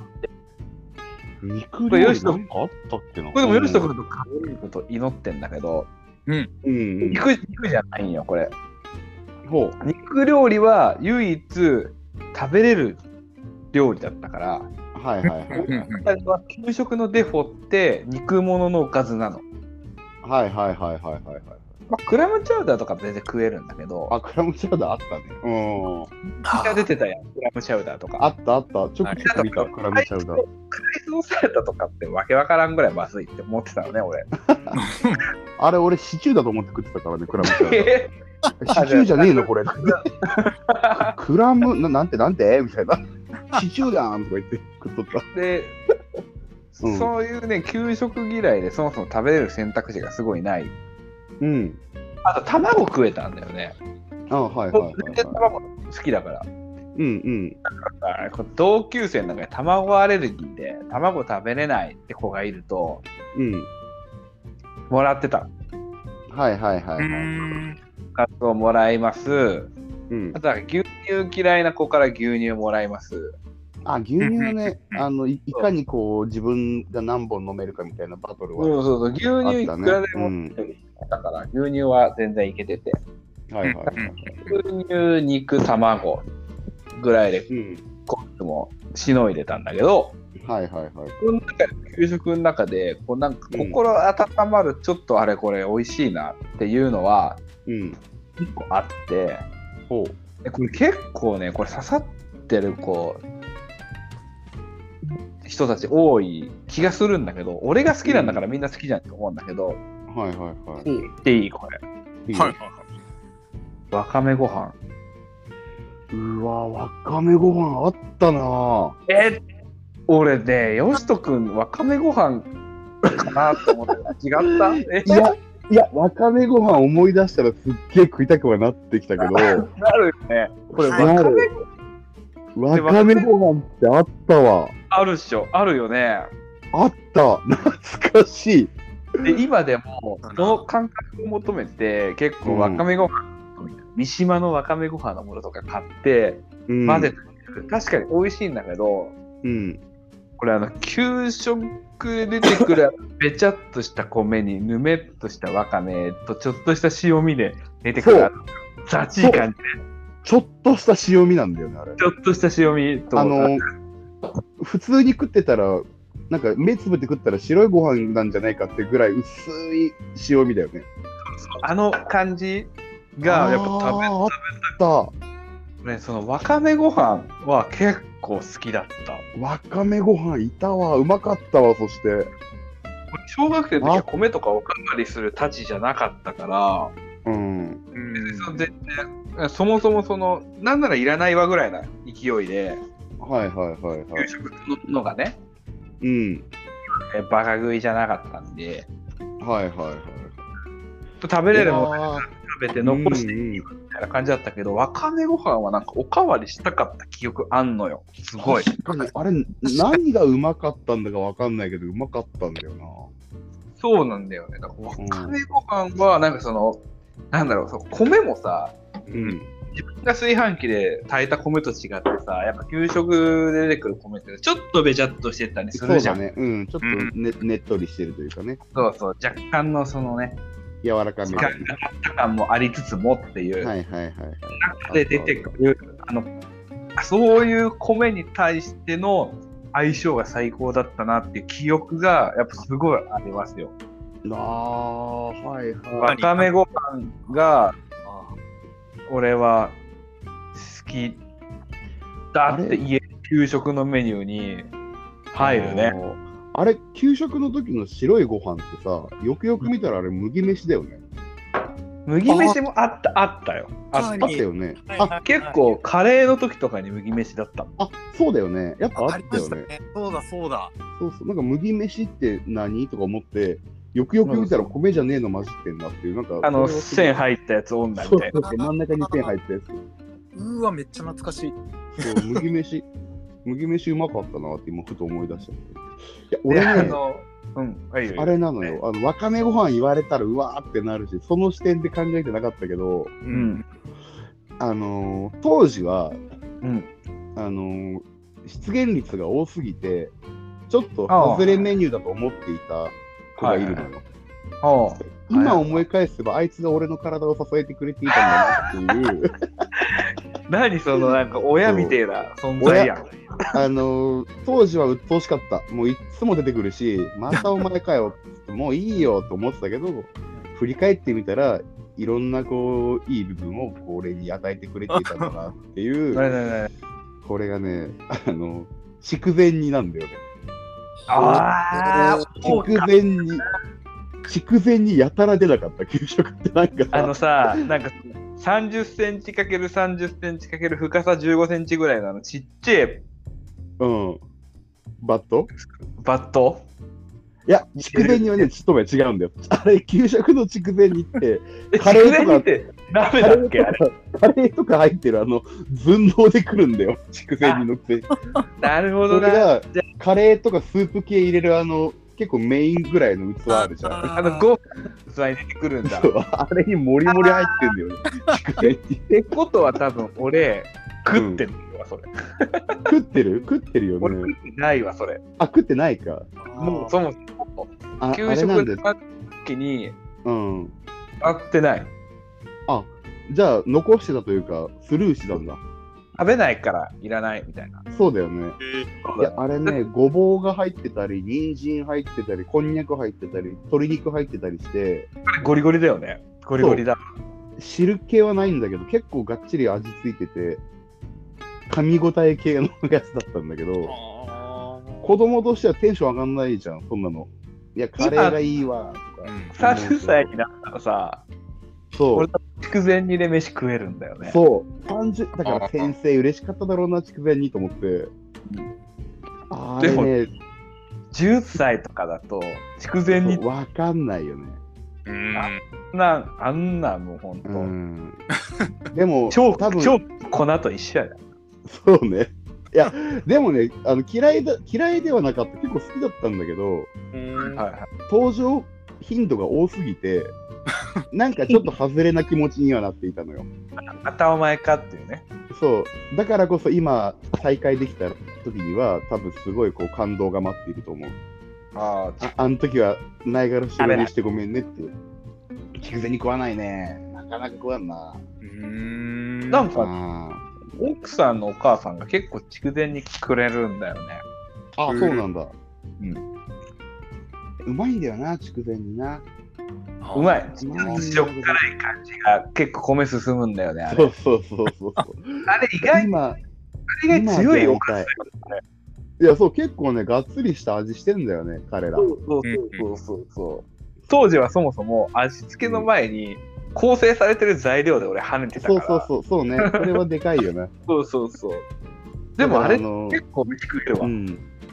Speaker 1: 肉
Speaker 2: これ
Speaker 1: 料
Speaker 2: よ
Speaker 1: 理
Speaker 2: しと
Speaker 1: なんかあったっけな。
Speaker 2: これでもよしとくんとかぶることを祈ってんだけど、
Speaker 1: うんうん。
Speaker 2: 肉肉じゃないんよ、これ。
Speaker 1: ほ
Speaker 2: 肉料理は唯一食べれる料理だったから、
Speaker 1: う。はいはいはい。
Speaker 3: うんうん
Speaker 2: あれは給食のデフォって肉物のおかずなの。
Speaker 1: はいはいはいはいはいはい。
Speaker 2: まあ、クラムチャウダーとか全然食えるんだけど、
Speaker 1: あ、クラムチャウダーあったね。うん。
Speaker 2: 口が出てたやん、クラムチャウダーとか。
Speaker 1: あったあった。ちょくちょく見た、クラムチャウダー。
Speaker 2: 改造されたとかってわけわからんぐらいまずいって思ってたのね、俺。
Speaker 1: あれ、俺、シチューだと思って食ってたからね、クラムチャウダー。
Speaker 2: え
Speaker 1: シチューじゃねえのこれ。クラムな、なんてなんてみたいな。シチューだーんとか言って食っとった。
Speaker 2: で、
Speaker 1: うん
Speaker 2: そういうね、給食嫌いでそもそも食べれる選択肢がすごいない。
Speaker 1: うん。
Speaker 2: あと、卵食えたんだよね。
Speaker 1: あはいはいはい、
Speaker 2: 僕全然
Speaker 1: はい。
Speaker 2: 卵好きだから。
Speaker 1: うんうん。
Speaker 2: あこれ同級生の中に卵アレルギーで、卵食べれないって子がいると、
Speaker 1: うん。
Speaker 2: もらってた。
Speaker 1: はいはいは
Speaker 3: う
Speaker 1: いはい。
Speaker 3: ん
Speaker 2: カツをもらいます。
Speaker 1: うん
Speaker 2: あ、とは牛乳嫌いな子から牛乳もらいます。
Speaker 1: あ、牛乳ね、
Speaker 3: うん
Speaker 1: あのい、いかにこう、自分が何本飲めるかみたいなバトル
Speaker 2: そう
Speaker 1: は。
Speaker 2: そうそう、牛乳いくらで
Speaker 1: う
Speaker 2: も
Speaker 1: ん
Speaker 2: だから、牛乳は全然いけてて。
Speaker 1: はいはいはい。
Speaker 2: 牛乳、肉、卵ぐらいで
Speaker 1: うん。
Speaker 2: コックもしのいでたんだけど、
Speaker 1: はいはいはい。
Speaker 2: この中で給食の中でこうなんか
Speaker 1: うん
Speaker 2: 心温まるちょっとあれこれ美味しいなっていうのは
Speaker 1: うん。
Speaker 2: 一個あって
Speaker 1: ほ
Speaker 2: でこれ結構ねこれ刺さってるこう人たち多い気がするんだけど俺が好きなんだからみんな好きじゃんって思うんだけど、
Speaker 1: う。はいはいはい。
Speaker 2: 言っていいこれ
Speaker 1: いいね
Speaker 3: はいはいは
Speaker 2: わかめご飯
Speaker 1: うわ、わかめご飯あったなぁ。
Speaker 2: え俺ね、よしとくん、わかめご飯かなと思って、違ったえ
Speaker 1: いや、いや、わかめご飯思い出したらすっげえ食いたくはなってきたけど、
Speaker 2: なるよね。これ、わ
Speaker 1: な
Speaker 2: か
Speaker 1: る
Speaker 2: め
Speaker 1: わかめご飯ってあったわ。
Speaker 2: あるっしょ、あるよね。
Speaker 1: あった。 懐かしい。
Speaker 2: で、今でも、その感覚を求めて、結構わかめご飯、三島のわかめご飯のものとか買って、
Speaker 1: うん
Speaker 2: 混ぜて、確かに美味しいんだけど、
Speaker 1: うん。
Speaker 2: これあの給食で出てくるべちゃっとした米にぬめっとしたわかめとちょっとした塩味で出てく
Speaker 1: そ
Speaker 2: る
Speaker 1: う
Speaker 2: あの雑い感じ
Speaker 1: ちょっとした塩味なんだよね、あれ。
Speaker 2: ちょっとした塩味と
Speaker 1: あの、普通に食ってたら、なんか目つぶって食ったら白いご飯なんじゃないかってぐらい薄い塩味だよね。
Speaker 2: あの感じがやっぱ食べ
Speaker 1: あーあっ
Speaker 2: ねそのわかめご飯は結構好きだった
Speaker 1: た。わかめご飯いたわ。うまかったわ、そして。
Speaker 2: 小学生の時は米とかおかわりするたちじゃなかったから
Speaker 1: うん。
Speaker 2: 別にその全然そもそもそのなんならいらないわぐらいな勢いで
Speaker 1: はいはいはいは
Speaker 2: 給
Speaker 1: い。
Speaker 2: 食のがね
Speaker 1: うん。
Speaker 2: えバカ食いじゃなかったんで
Speaker 1: はいはいはい。
Speaker 2: 食べれるもの
Speaker 1: あー
Speaker 2: 食べて残して
Speaker 1: うんうん
Speaker 2: みたいな感じだったけど、わかめご飯はなんかおかわりしたかった記憶あんのよすごい
Speaker 1: 確かにあれ、何がうまかったんだかわかんないけど、うまかったんだよな。
Speaker 2: そうなんだよねだからわかめご飯はなんかその、なんだろうそう米もさ
Speaker 1: うん。
Speaker 2: 自分が炊飯器で炊いた米と違ってさやっぱ給食で出てくる米ってちょっとべちゃっとしてたりす
Speaker 1: そう
Speaker 2: るじゃ
Speaker 1: だ
Speaker 2: んそう,、
Speaker 1: ね。うん。ちょっとね,、ねっとりしてるというかね。
Speaker 2: そう若干のそのね
Speaker 1: 柔らかめ
Speaker 2: 時
Speaker 1: が
Speaker 2: 間があった感もありつつもっていう、
Speaker 1: はいはいはいはい。
Speaker 2: 中で出てくるあのそういう米に対しての相性が最高だったなっていう記憶がやっぱすごいありますよ。
Speaker 1: ああ、はいは
Speaker 2: わかめご飯が俺は好きだって家給食のメニューに入るね。。
Speaker 1: あれ、給食の時の白いご飯ってさ、よくよく見たらあれ麦飯だよね。
Speaker 2: 麦飯もあったあったよ。あ
Speaker 1: あ
Speaker 2: っ
Speaker 1: ったたよね。あ、
Speaker 2: あ結構カレーの時とかに麦飯だった。
Speaker 1: あ、そうだよね。やっぱあ
Speaker 3: あ
Speaker 1: っ
Speaker 3: り
Speaker 1: た
Speaker 3: ま
Speaker 1: よ
Speaker 3: した
Speaker 1: ね。
Speaker 3: ね。そうだそうだ。
Speaker 1: そうそう。なんか麦飯って何とか思って、よくよく見たら米じゃねえの混じってんだっていう、なんか。
Speaker 2: あの
Speaker 1: それ
Speaker 2: 線
Speaker 1: は
Speaker 2: 入ったやつ女
Speaker 1: す
Speaker 2: み
Speaker 1: ごい
Speaker 2: たいな。
Speaker 1: そうそうそう真ん中に線入ったや
Speaker 3: うーわめっちゃ懐かしい。
Speaker 1: つ。そう、麦飯。 麦飯うまかったなって今ふと思い出した。いや、
Speaker 2: であ
Speaker 1: 俺ね。
Speaker 2: のうんはいはい
Speaker 1: あれなのよ、あのわかめご飯言われたらうわーってなるし、その視点で考えてなかったけど、
Speaker 3: う
Speaker 2: う。ん
Speaker 1: あのー当時は
Speaker 2: うん
Speaker 1: あのー出現率が多すぎて、ちょっと外れメニューだと思っていた子がいるのよ。
Speaker 2: ああ
Speaker 1: 今思い返せば、あいつが俺の体を支えてくれていたんだなっていう、
Speaker 2: 何そのなんか親みてえな存在やん。
Speaker 1: あのー当時は鬱陶しかった、もういっつも出てくるし、またお前かよっつって、もういいよと思ってたけど、振り返ってみたら、いろんなこういい部分をこう俺に与えてくれていたんだなっていう、
Speaker 2: 何何何
Speaker 1: これがね、あの筑前煮なんだよね。
Speaker 2: ああ、そう
Speaker 1: 筑
Speaker 2: か
Speaker 1: 前に筑前にやたら出なかった給食ってなんか
Speaker 2: あのさ、なんか30センチかける30センチかける深さ15センチぐらいのあのちっちゃい
Speaker 1: うんバット
Speaker 2: バット
Speaker 1: いや筑前にはねちょっと前違うんだよあれ給食の筑前にって
Speaker 2: え
Speaker 1: カレーとか
Speaker 2: 筑前煮ってダメ
Speaker 1: カ
Speaker 2: だ
Speaker 1: レ
Speaker 2: っけあれ
Speaker 1: ーとかカレーとか入ってるあの寸胴で来るんだよ筑前煮のくせに
Speaker 2: なるほ
Speaker 1: そ
Speaker 2: ど
Speaker 1: れ
Speaker 2: な。
Speaker 1: がカレーとかスープ系入れるあの結構メインぐらいの器あるじゃん
Speaker 2: あのご飯に出てくるんだ。っ
Speaker 1: そうあれにもりもり入ってんだよね筑前煮
Speaker 2: てことは多分俺食ってるわそれ。
Speaker 1: 食ってる食ってるよ
Speaker 2: 俺
Speaker 1: ね
Speaker 2: 食ってないわそれ。
Speaker 1: あ食ってないか
Speaker 2: もうそもそも
Speaker 1: ああ
Speaker 2: 給
Speaker 1: れなん
Speaker 2: 食
Speaker 1: です
Speaker 2: の時に
Speaker 1: うん
Speaker 2: 合ってない。
Speaker 1: じゃあ残してたというかスルーしてたんだ
Speaker 2: 食べないからいらないみたいな。
Speaker 1: そうだよねいやあれ
Speaker 2: だ
Speaker 1: ね ごぼうが入ってたり人参入ってたりこんにゃく入ってたり鶏肉入ってたりして
Speaker 2: ゴリゴリだよね。ゴリゴリだ。
Speaker 1: 汁系はないんだけど結構がっちり味ついてて噛み応え系のやつだったんだけど子供としてはテンション上がんないじゃんそんなのいやカレーがいいわとか
Speaker 2: 30歳になったらさ、
Speaker 1: そう
Speaker 2: 俺筑前煮で飯食えるんだよね。
Speaker 1: そう30だから先生嬉しかっただろうな筑前にと思ってあれね、
Speaker 2: 10歳とかだと筑前煮
Speaker 1: そうわかんないよね。
Speaker 3: うん。
Speaker 2: なあんなもうほんと、
Speaker 1: うん。でも、
Speaker 2: 超
Speaker 1: 多分
Speaker 2: 超粉と一緒やな
Speaker 1: そうね。いや、でもね、あの嫌いだ嫌いではなかった、結構好きだったんだけど、
Speaker 3: うん
Speaker 2: はいはい
Speaker 1: 登場頻度が多すぎて、なんかちょっと外れな気持ちにはなっていたのよ。
Speaker 2: またお前かっていうね
Speaker 1: そう、だからこそ今、再会できた時には、多分すごいこう感動が待っていると思う。
Speaker 2: ああ
Speaker 1: ああの時はないがらしろにしてごめんねって。筑前に食わないね。なかなか食わんな。
Speaker 3: うん。
Speaker 2: なんか
Speaker 1: あ
Speaker 2: 奥さんのお母さんが結構筑前煮くれるんだよね
Speaker 1: ーあ、
Speaker 3: うん
Speaker 1: そうなんだ。
Speaker 2: う
Speaker 1: うまいんだよな、筑前にな。
Speaker 2: うま
Speaker 1: まい
Speaker 2: い
Speaker 1: んだけど
Speaker 2: 塩辛い感じが結構米進むんだよねあ
Speaker 1: そ
Speaker 2: れ
Speaker 1: うそうそうそう。
Speaker 2: あ れ意外に
Speaker 1: 今、
Speaker 2: 意外に強いよ
Speaker 1: 今やりたいいや、そう、結構ね、がっつりした味してんだよね、彼ら。
Speaker 2: そうそうそうそうそう。当時はそもそも味付けの前に構成されてる材料で俺跳ねてたか
Speaker 1: そう
Speaker 2: ら。
Speaker 1: そうそう、そうね。これはでかいよね。
Speaker 2: そうそうそう。 でもあれ
Speaker 1: だからの
Speaker 2: 結構飯食えるわ。
Speaker 1: うん。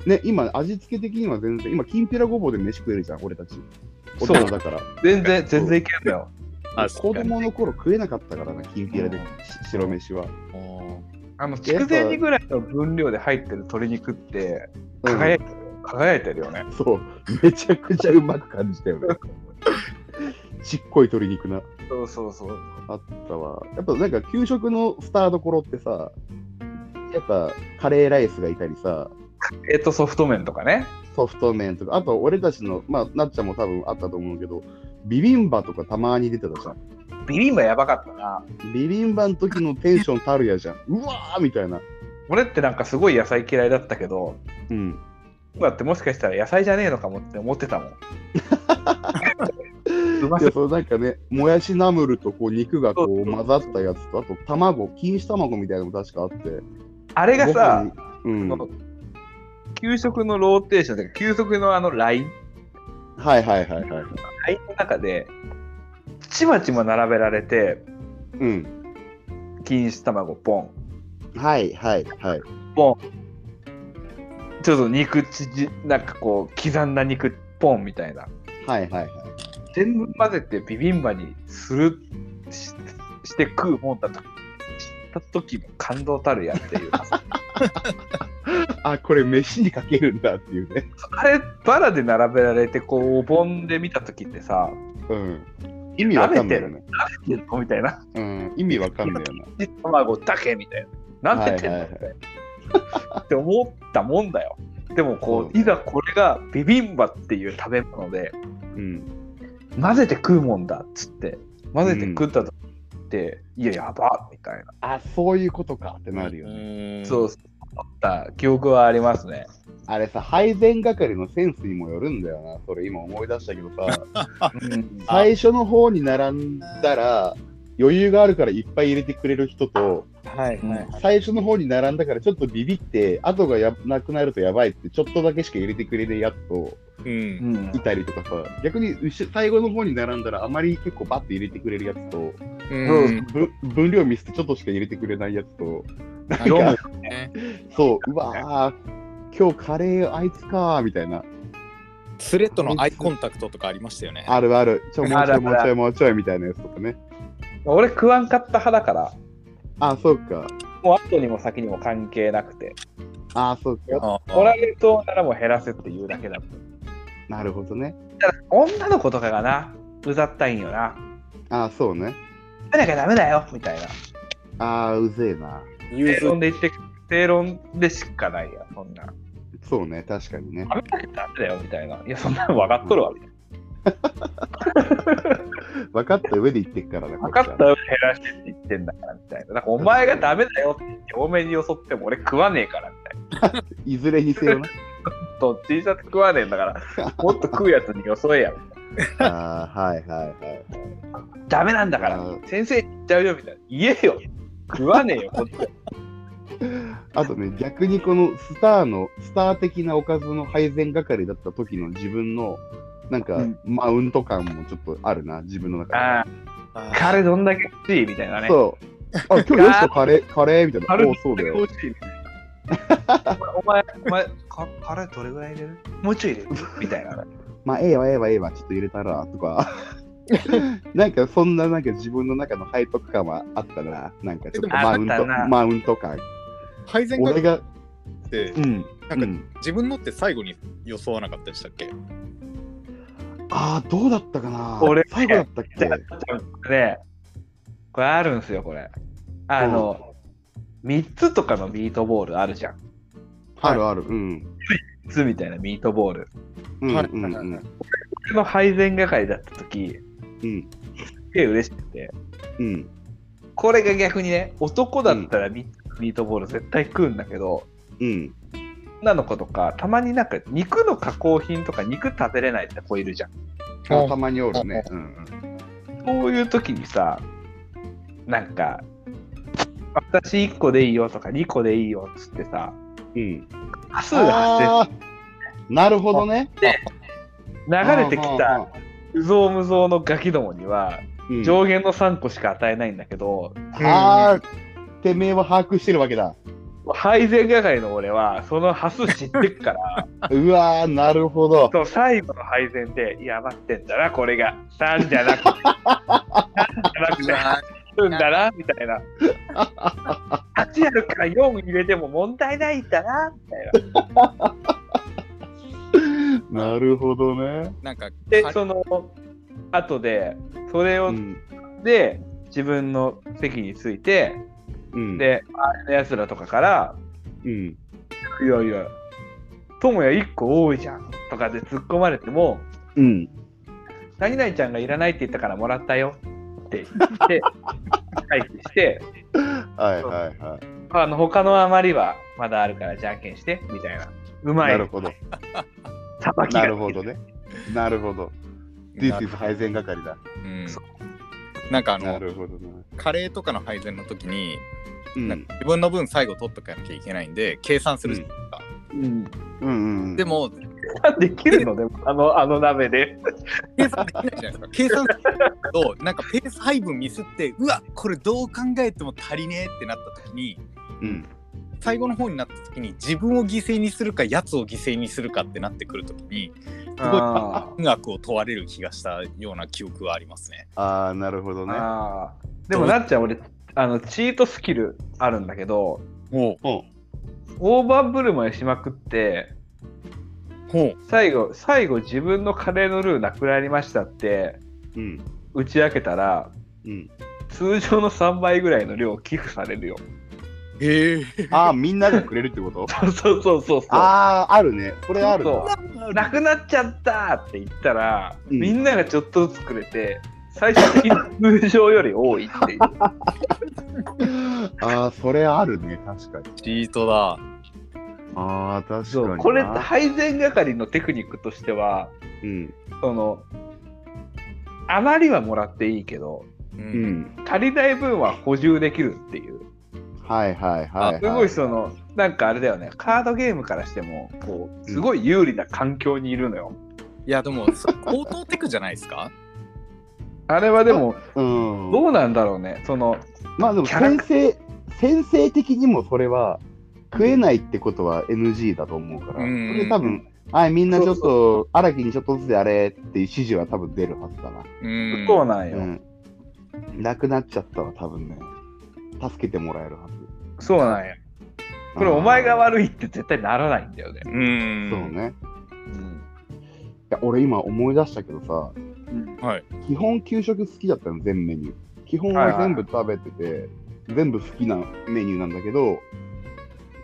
Speaker 1: ね、今、味付け的には全然、今、きんぴらごぼうで飯食えるじゃん、俺たち。
Speaker 2: そう
Speaker 1: 俺らだから。
Speaker 2: 全然全然いけるんだよ。
Speaker 3: あ
Speaker 1: 子供の頃食えなかったからな、きんぴらで
Speaker 2: うん
Speaker 1: し白飯は。
Speaker 2: あの筑前煮ぐらいの分量で入ってる鶏肉って
Speaker 1: うん
Speaker 2: 輝いてる,、輝いてるよね。
Speaker 1: そう、めちゃくちゃうまく感じたよ ね。ちっこい鶏肉な。
Speaker 2: そうそうそう。
Speaker 1: あったわ。やっぱなんか給食のスターどころってさ、やっぱカレーライスがいたりさ、
Speaker 2: えっとソフト麺とかね。
Speaker 1: ソフト麺とか、あと俺たちの、まあ、なっちゃんも多分あったと思うけど、ビビンバとかたまに出てたじゃ
Speaker 2: ビビンバやばかったな。
Speaker 1: ん。ビビンバの時のテンションたるやじゃん。うわーみたいな。
Speaker 2: 俺ってなんかすごい野菜嫌いだったけど、
Speaker 1: うん。
Speaker 2: だってもしかしたら野菜じゃねえのかもって思ってた もん。うま
Speaker 1: い
Speaker 2: そう
Speaker 1: や、そうなんかね、もやしナムルとこう肉がこう混ざったやつと、あと卵、錦糸卵みたいなのも確かあって。
Speaker 2: あれがさ、
Speaker 1: ご飯に、うん。
Speaker 2: そ
Speaker 1: は
Speaker 2: の給食のローテーションというか給食のあのライン
Speaker 1: いはいはいはい。
Speaker 2: ラインの中でちまちま並べられて
Speaker 1: うん。
Speaker 2: 錦糸卵ポン
Speaker 1: はいはいはい。
Speaker 2: ちょっと肉縮なんかこう刻んだ肉ポンみたいな
Speaker 1: はいはいはい。
Speaker 2: 全部混ぜてビビンバにするしして食うもんだとした時の感動たるやっていうあ
Speaker 1: あ、これ飯にかけるんだっていうね。
Speaker 2: れバラで並べられてこうお盆で見た時ってさ
Speaker 1: うん。意味わかんないよね。
Speaker 2: 「みたいな
Speaker 1: うん。意味わかんないよね。
Speaker 2: 「錦糸卵だけ」みたいな「なんて言ってんの
Speaker 1: はいはいはい
Speaker 2: って思ったもんだよでもこ
Speaker 1: そう
Speaker 2: ういざこれがビビンバっていう食べ物で
Speaker 1: うん。
Speaker 2: 混ぜて食うもんだっつって混ぜて食ったとって、いややばみたいな、
Speaker 1: あ、そういうことかってなるよね。
Speaker 3: ね
Speaker 2: そうそう思った記憶はありますね
Speaker 1: あれさ、配膳係のセンスにもよるんだよな。それ今思い出したけど さ、
Speaker 2: うん
Speaker 1: 最初の方に並んだら、余裕があるからいっぱい入れてくれる人と、
Speaker 3: はい
Speaker 2: はいはい
Speaker 1: 最初の方に並んだからちょっとビビって、後がやなくなるとやばいって、ちょっとだけしか入れてくれねえやつと
Speaker 3: う。
Speaker 2: うんん
Speaker 1: いたりとかさ、逆にうし最後の方に並んだらあまり結構バッて入れてくれるやつと、
Speaker 3: う
Speaker 2: そ
Speaker 3: ん。
Speaker 1: ぶ分量ミスってちょっとしか入れてくれないやつと、
Speaker 3: なん
Speaker 2: どうも
Speaker 3: かね
Speaker 1: そう、うわー、今日カレーあいつかーみたいな、
Speaker 3: スレッドのアイコンタクトとかありましたよね。
Speaker 1: あるある、ちょ、もうちょ
Speaker 2: あ
Speaker 1: い
Speaker 2: る
Speaker 1: もうちょいもうちょいみたいなやつとかね。
Speaker 2: 俺食わんかった派だから
Speaker 1: あ、そうか。
Speaker 2: もう後にも先にも関係なくて
Speaker 1: あ、そうか。
Speaker 3: あー
Speaker 2: オラ冷凍ならもう減らせっていうだけだもん
Speaker 1: なるほどね。
Speaker 2: ただ女の子とかがなうざったいんよな
Speaker 1: あ、そうね。
Speaker 2: 食べなきゃダメだよみたいな
Speaker 1: あー、うぜえな。
Speaker 3: 融
Speaker 2: 正
Speaker 3: 通
Speaker 2: 論で言って正論でしかないやそんな
Speaker 1: そうね、確かにね。
Speaker 2: 食べなきゃダメだよみたいな。いや、そんなの分かっとるわ。みたい
Speaker 1: 分かった上で言ってっからね。
Speaker 2: な分かった
Speaker 1: こ
Speaker 2: よ、減らしてって言ってんだからみたいな。なんかお前がダメだよって言って多めによそっても俺食わねえからみたいな。
Speaker 1: っちはいずれにせよ な。
Speaker 2: どっちにしたって食わねえんだから、もっと食うやつによそえやみたい
Speaker 1: あー、はいはいはい。
Speaker 2: な。ダメなんだから
Speaker 1: う、ん
Speaker 2: 先生に言っちゃうよみたいな。言えよ。食わねえよ、こっちは
Speaker 1: あとね、逆にこのスターの、スター的なおかずの配膳係だった時の自分の、なんか、
Speaker 2: うん
Speaker 1: マウント感もちょっとあるな、自分の中で。
Speaker 2: ああ、カレーどんだけ欲しいみたいなね。
Speaker 1: そう。あ、今日よしとカレー、カレーみたいな。
Speaker 2: カレー
Speaker 1: おうそうだよ。
Speaker 2: 欲しいみたいな。お前、お前、か辛いどれぐらい入れるもうちょい入れるみ たいな。
Speaker 1: まあ、ええわ、ええわ、ええわ、ちょっと入れたら、とか。なんか、そんな、なんか自分の中の背徳感はあったな。なんか、ちょっと
Speaker 3: でも
Speaker 1: マウン
Speaker 2: あった
Speaker 1: ト、
Speaker 2: な
Speaker 1: マウント感。
Speaker 3: 配膳
Speaker 1: 俺
Speaker 3: 係
Speaker 1: が、
Speaker 3: って
Speaker 1: うん。
Speaker 3: なん
Speaker 1: う
Speaker 3: か
Speaker 1: ん、
Speaker 3: 自分のって最後に予想わなかったでしたっけ
Speaker 1: ああ、どうだったかな。
Speaker 2: 俺
Speaker 1: 最後だったっけ
Speaker 2: で、これあるんすよ、これ。あの、3つとかのミートボールあるじゃん。
Speaker 1: あるある。うん。
Speaker 2: 3つみたいなミートボール。
Speaker 1: うん
Speaker 3: はい
Speaker 1: うんうん
Speaker 2: 僕の配膳係だった時、
Speaker 1: うん
Speaker 2: すげえ嬉しくて。
Speaker 1: うん。
Speaker 2: これが逆にね、男だったらミ,、ミートボール絶対食うんだけど、
Speaker 1: うん。
Speaker 2: 女の子とか、たまになんか肉の加工品とか肉食べれないって子いるじゃん。
Speaker 1: あたまにおるね。うんうん。
Speaker 2: そういう時にさ、なんか、私1個でいいよとか2個でいいよっつってさ、
Speaker 1: うん。
Speaker 2: 多数が発生する
Speaker 1: あーなるほどね。
Speaker 2: 流れてき
Speaker 1: あー
Speaker 2: た。うぞうむぞうのガキどもには
Speaker 1: うん
Speaker 2: 上限の3個しか与えないんだけど、
Speaker 1: あーてめえは把握してるわけだ。
Speaker 2: 配膳係の俺はその端数知ってっから
Speaker 1: うわー、なるほど。
Speaker 2: そう最後の配膳で「いや待ってんだなこれが3じゃなくて 3じゃなくて8んだな」みた いな「8あるから4入れても問題ないんだな」みたいな。
Speaker 1: なるほどね。
Speaker 3: なんか、
Speaker 2: で
Speaker 3: はい
Speaker 2: その後でそれ
Speaker 1: う
Speaker 2: を
Speaker 1: ん。
Speaker 2: で自分の席に着いて
Speaker 1: うん、
Speaker 2: で周りのやつらとかから
Speaker 1: うん。
Speaker 2: いやいや、ともや1個多いじゃんとかで突っ込まれても、
Speaker 1: うん。
Speaker 2: 何々ちゃんがいらないって言ったからもらったよって言って、 回避して、
Speaker 1: はいはいはい。
Speaker 2: あの他の余りはまだあるからじゃんけんしてみたいな。うまい。
Speaker 1: なるほど。
Speaker 2: さばきが
Speaker 1: なるほどね。なるほど。
Speaker 3: な
Speaker 1: This is 配膳係だ。
Speaker 3: うんなんかあ
Speaker 1: な
Speaker 3: の、
Speaker 1: るほどな。
Speaker 3: カレーとかの配膳の時に、
Speaker 1: う
Speaker 3: なん
Speaker 1: ん。
Speaker 3: か自分の分最後取っとかなきゃいけないんで、計算するじゃないですか。
Speaker 2: うん。
Speaker 1: うんうん。
Speaker 3: で、も、
Speaker 2: できるのでも、あの、あの鍋で。
Speaker 3: 計算できないじゃないですか。計算すると、なんかペース配分ミスって、うわこれどう考えても足りねえってなった時に、
Speaker 1: うん。
Speaker 3: 最後の方になった時に、自分を犠牲にするか、やつを犠牲にするかってなってくる時に、すごい
Speaker 2: あ
Speaker 3: 音楽を問われる気がしたような記憶はありますね。
Speaker 1: ああ、なるほどね。
Speaker 2: あー。でもなっちゃん、俺、あの、チートスキルあるんだけど、
Speaker 3: ほ
Speaker 1: ほ
Speaker 2: 大盤振る舞いしまくって、
Speaker 3: う、ほう。
Speaker 2: 最後最後自分のカレーのルーなくなりましたって
Speaker 1: う。うん。
Speaker 2: 打ち明けたら
Speaker 1: うん。
Speaker 2: 通常の3倍ぐらいの量を寄付されるよ
Speaker 3: へえ。
Speaker 1: ああ、みんながくれるってこと
Speaker 2: そうそうそうそう
Speaker 1: ああ、あるね。これある
Speaker 2: そう
Speaker 1: な。
Speaker 2: なくなっちゃったって言ったら、
Speaker 1: うん
Speaker 2: みんながちょっとずつくれて最終的に通常より多い っていう
Speaker 1: ああ、それあるね。確かに。
Speaker 3: チートだ。
Speaker 1: ああ、確か
Speaker 2: そ
Speaker 1: にな。
Speaker 2: うこれ配膳係のテクニックとしては
Speaker 1: うん。
Speaker 2: その余りはもらっていいけど
Speaker 3: う。
Speaker 1: うんん。
Speaker 2: 足りない分は補充できるっていう
Speaker 1: はいはいはい、はい。
Speaker 2: すごいそのなんかあれだよねカードゲームからしてもこうすごい有利な環境にいるのよ、
Speaker 3: いや、でも、それ高等テクじゃないですか
Speaker 2: あれはでも
Speaker 1: うん。
Speaker 2: どうなんだろうねその
Speaker 1: まあでも
Speaker 2: キャラ
Speaker 1: 先
Speaker 2: ク
Speaker 1: 生先生的にもそれは食えないってことは NG だと思うから、
Speaker 3: うん
Speaker 1: それ多分、はい、みんなちょっと荒木にちょっとずつやれっていう指示は多分出るはずだな。
Speaker 3: うん。
Speaker 2: そうなんよ、
Speaker 1: うん。なくなっちゃったら多分ね、助けてもらえるはず。
Speaker 2: そうなんよこれお前が悪いって絶対ならないんだよね、
Speaker 3: うん。
Speaker 1: そう。ね。
Speaker 2: うん
Speaker 1: いや俺今思い出したけどさ、
Speaker 3: はい。
Speaker 1: 基本給食好きだったの全メニュー基本
Speaker 2: はい
Speaker 1: は
Speaker 2: はい
Speaker 1: 全部食べてて、全部好きなメニューなんだけど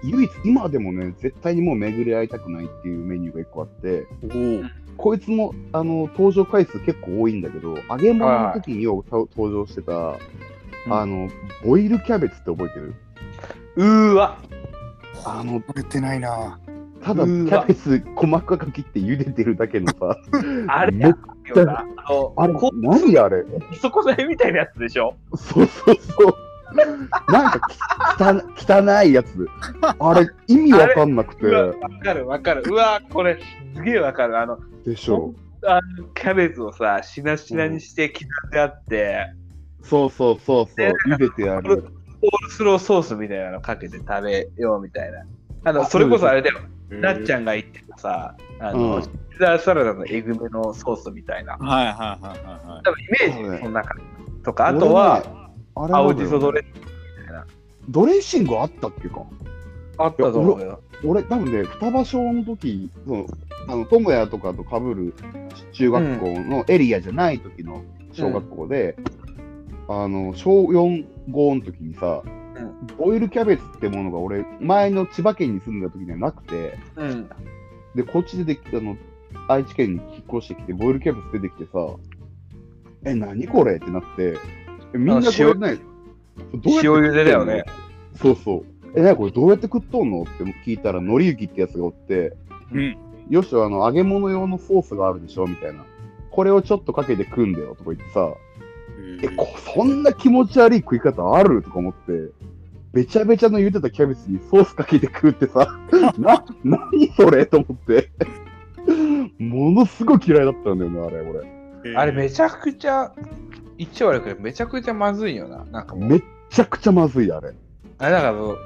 Speaker 1: 唯一今でもね絶対にもう巡り合いたくないっていうメニューが一個あって
Speaker 3: おー
Speaker 1: こいつもあの登場回数結構多いんだけど揚げ物の時によう登場してた、
Speaker 2: うん
Speaker 1: あのボイルキャベツって覚えてる
Speaker 2: うーわ
Speaker 1: あの
Speaker 3: 食べてないな。
Speaker 1: ただ
Speaker 2: う
Speaker 1: キ
Speaker 2: ーわ
Speaker 1: ャベツ細かく切って茹でてるだけのさ
Speaker 2: あれ
Speaker 1: めっ
Speaker 2: よなあの
Speaker 1: あれ
Speaker 2: こ
Speaker 1: 何あれ
Speaker 2: そこでみたいなやつでしょ
Speaker 1: そうそうそう。なんかき汚いやつ。あれ、意味わかんなく
Speaker 2: うわ
Speaker 1: て。
Speaker 2: わかるわかるうわこれすげえわかるあの
Speaker 1: でしょ
Speaker 2: あのキャベツをさしなしなにして刻んであって、
Speaker 1: そうそうそうそう。茹でてや
Speaker 2: これ
Speaker 1: る。
Speaker 2: コールスローソースみたいなのかけて食べようみたいな。あの、それこそあれだよ、なっち
Speaker 3: ゃ
Speaker 2: ゃんが言ってたさ、あ
Speaker 1: うん
Speaker 2: の、シーザーサラダのえぐめのソースみたいな。
Speaker 3: はいはいはいはいはい
Speaker 2: 多分イメ
Speaker 1: そう
Speaker 2: ー
Speaker 1: ね
Speaker 2: ジそんな感じ。とか、あとは、
Speaker 1: 俺ね、あれなのよ
Speaker 2: 青じそドレッ
Speaker 1: ドレッシングあったっけか
Speaker 2: あったと思うよ。
Speaker 1: 俺、多分ね、双葉小の時、その、あの、智也とかと被る中学校のエリアじゃない時の小学校で、あの、小4、5の時にさ、
Speaker 2: ん
Speaker 1: オイルキャベツってものが俺、前の千葉県に住んでた時にはなくて、
Speaker 2: うん。
Speaker 1: で、こっちでできあの、愛知県に引っ越してきて、ボイルキャベツ出てきてさ、え、何これってなって、えみんなこれない。どうやって食っとんの
Speaker 2: 塩茹でだよね。
Speaker 1: そうそう。え、なにこれどうやって食っとんのって聞いたら、のりゆきってやつがおって、
Speaker 3: うん
Speaker 1: よし、あの、揚げ物用のソースがあるでしょみたいな。これをちょっとかけて食うんだよとか言ってさ、え、こそんな気持ち悪い食い方あるとか思って、べちゃべちゃの茹でたキャベツにソースかけて食うって さ、な、なにそれと思って。ものすごい嫌いだったんだよね、あれ、俺。
Speaker 2: あれめちゃくちゃ、言っちゃ悪いけど、めちゃくちゃまずいよな。なんかもう、
Speaker 1: めっちゃくちゃまずい、あれ。
Speaker 2: あれだからもう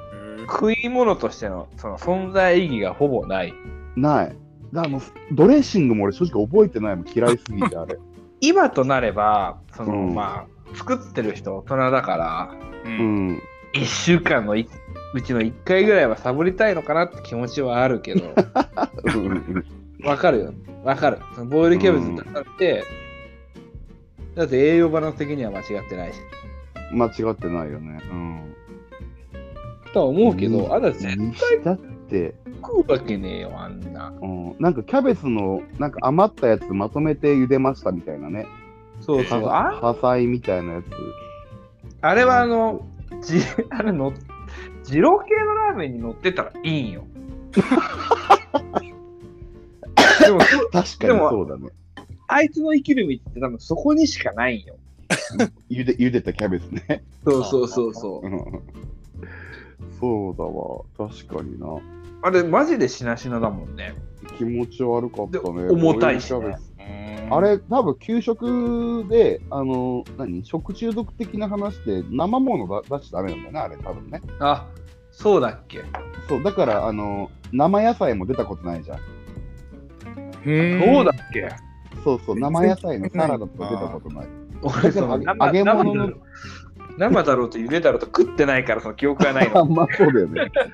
Speaker 2: 食い物としてのその存在意義がほぼない。
Speaker 1: ない。だからもう、ドレッシングも俺正直覚えてないもん、嫌いすぎて、あ れ。
Speaker 2: 今となれば、その、
Speaker 1: うん
Speaker 2: まあ、作ってる人大人だから、
Speaker 3: う
Speaker 1: うんん。
Speaker 2: 1週間のいうちの1回ぐらいはサボりたいのかなって気持ちはあるけ ど、
Speaker 1: うんうんうん
Speaker 2: わかるよ。わかる。そのボイルキャベツだって、だって栄養バランス的には間違ってないし。
Speaker 1: 間違ってないよね。うん。
Speaker 2: とは思うけど、
Speaker 1: うん
Speaker 2: あんた絶
Speaker 1: にしたって、
Speaker 2: 食うわけねえよ、あんな。
Speaker 1: うん、なんかキャベツのなんか余ったやつまとめて茹でましたみたいなね。
Speaker 2: そうそう。あ
Speaker 1: 火災みたいなやつ。
Speaker 2: あれはあの、じ あれの、二郎系のラーメンに乗ってたらいいん よ。でも、そ
Speaker 1: 確か
Speaker 2: で
Speaker 1: に
Speaker 2: も
Speaker 1: そうだね。
Speaker 2: あいつの生きる道って多分そこにしかないんよ。
Speaker 1: 茹で茹でたキャベツね。
Speaker 2: そうそうそうそうう。
Speaker 1: んそうだわ。確かにな。
Speaker 2: あれ、マジでしなしなだもんね。
Speaker 1: 気持ち悪かったね。
Speaker 2: で重たいしね
Speaker 1: ボイルキャベツ
Speaker 3: うん
Speaker 1: あれ、多分給食で、あの、何食中毒的な話で生もの出出しちゃダメなんだよね、あれ、多分ね。
Speaker 2: あ、そうだっけ
Speaker 1: そう、だから、あの、生野菜も出たことないじゃん。
Speaker 3: うん
Speaker 2: そうだっけ
Speaker 1: そうそう、生野菜のサラダとか出たことない。
Speaker 2: 俺その
Speaker 1: だから揚げ
Speaker 2: 生
Speaker 1: 物の
Speaker 2: 生だろう生だろうと茹でだろうと食ってないからその記憶がない
Speaker 1: あ
Speaker 2: の。
Speaker 1: んまそうだよね。だか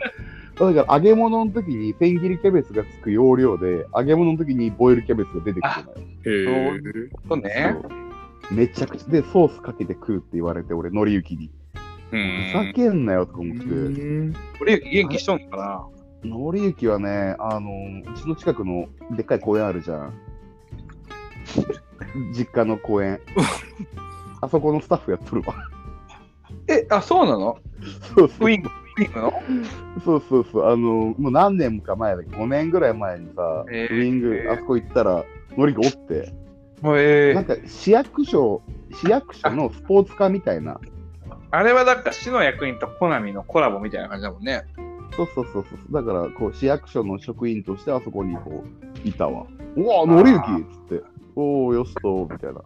Speaker 1: ら揚げ物の時に千切りキャベツがつく要領で、揚げ物の時にボイルキャベツが出てくる
Speaker 3: へー
Speaker 2: そう
Speaker 1: のよ
Speaker 2: ね。。
Speaker 1: そうめちゃくちゃでソースかけて食うって言われて、俺、のりゆきに。
Speaker 3: うん
Speaker 1: ふざけんなよとか思って。
Speaker 3: うん
Speaker 2: 俺元気しとんのかな
Speaker 1: のりゆきはね、あの、うちの近くのでっかい公園あるじゃん。実家の公 園。あそこのスタッフやっとるわ。
Speaker 2: え、あ、そうなの
Speaker 1: そうそう
Speaker 2: ウィングウィングの
Speaker 1: そうそうそう、あの、もう何年もか前だけど、5年ぐらい前にさ、
Speaker 2: えー
Speaker 1: ウイング、あそこ行ったら、のりがおって、
Speaker 2: え
Speaker 1: なんか市役所、市役所のスポーツ課みたいな、
Speaker 2: あれはだから市の役員とコナミのコラボみたいな感じだもんね。
Speaker 1: そうそうそうそう、だからこう市役所の職員としてあそこにこういたわ。うわ、のりゆき
Speaker 2: あー
Speaker 1: っつって、おお、よしと、みたいな。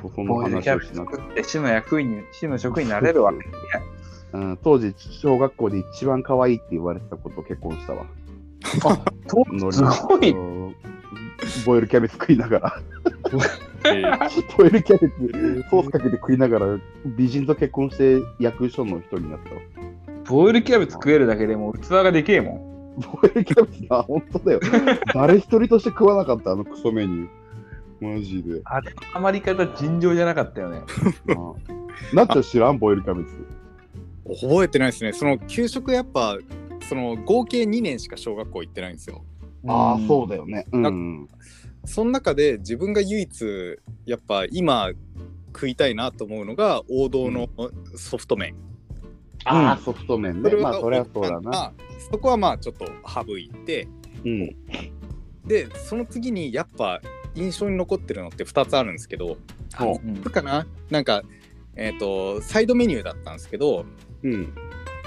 Speaker 1: そうその
Speaker 2: ボイルキ
Speaker 1: 話
Speaker 2: ャ
Speaker 1: を
Speaker 2: ベ
Speaker 1: し
Speaker 2: ツ
Speaker 1: なく
Speaker 2: 作って市の役員に、市の職員になれるわけね。
Speaker 1: うん、当時、小学校で一番可愛いって言われてた子と結婚したわ。
Speaker 2: と
Speaker 1: のり
Speaker 2: すごい
Speaker 1: うんボイルキャベツ食いながら。
Speaker 3: へー
Speaker 1: トイレキャベツ、ソースかけて食いながら、美人と結婚して役所の人になったわ。
Speaker 2: ボイルキャベツ食えるだけでもう器がでけえもん。
Speaker 1: トイレキャベツな、本当 だよ。誰一人として食わなかった、あのクソメニュー。マジで。
Speaker 2: あれの余り方尋常じゃなかったよね。
Speaker 1: な あなっちゃん知らん、ボイルキャベツ。
Speaker 3: 覚えてないですねその給食やっぱその合計2年しか小学校行ってないんですよ
Speaker 1: ああ、そう
Speaker 2: う
Speaker 1: だよね。うん。
Speaker 3: その中で自分が唯一やっぱ今食いたいなと思うのが王道のソフト麺、
Speaker 1: ああ、ソフト麺ね。まあ、
Speaker 3: が
Speaker 1: そりゃそうだな。
Speaker 3: まあそこはまあちょっと省いて
Speaker 1: うん。
Speaker 3: でその次にやっぱ印象に残ってるのって2つあるんですけどあ
Speaker 1: ほう
Speaker 3: 三つかななんかえっ、とサイドメニューだったんですけど
Speaker 1: うん。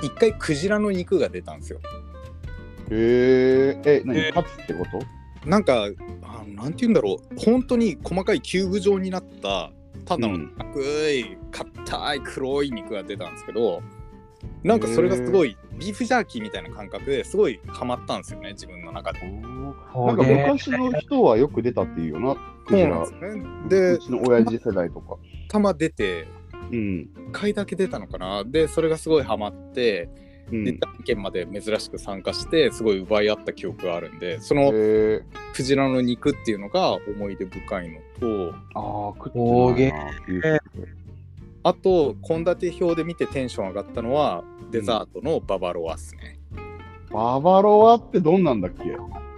Speaker 3: 一回クジラの肉が出たんですよ
Speaker 1: へえ、え、何
Speaker 2: え
Speaker 1: カツってこと
Speaker 3: なんかあのなんて言うんだろう本当に細かいキューブ状になったただ
Speaker 1: う
Speaker 3: の
Speaker 1: ん
Speaker 3: 赤い硬い黒い肉が出たんですけどなんかそれがすごいビーフジャーキーみたいな感覚ですごいハマったんですよね自分の中で。
Speaker 1: なんか昔の人はよく出たっていうよな、クジラ。
Speaker 3: そうなんですよね
Speaker 1: うちの親父世代とか。
Speaker 3: でたま出て
Speaker 1: うん。
Speaker 3: 1回だけ出たのかなでそれがすごいハマって、
Speaker 1: う
Speaker 3: で
Speaker 1: ん。
Speaker 3: 大県まで珍しく参加してすごい奪い合った記憶があるんでそ
Speaker 1: え
Speaker 3: の
Speaker 1: ー、
Speaker 3: クジラの肉っていうのが思い出深いのと
Speaker 1: ああ、食って
Speaker 2: おー
Speaker 1: な
Speaker 2: げ
Speaker 1: いなビーフ
Speaker 3: あと献立表で見てテンション上がったのはデザートのババロアっすね。
Speaker 1: ババロアってどんなんだっけ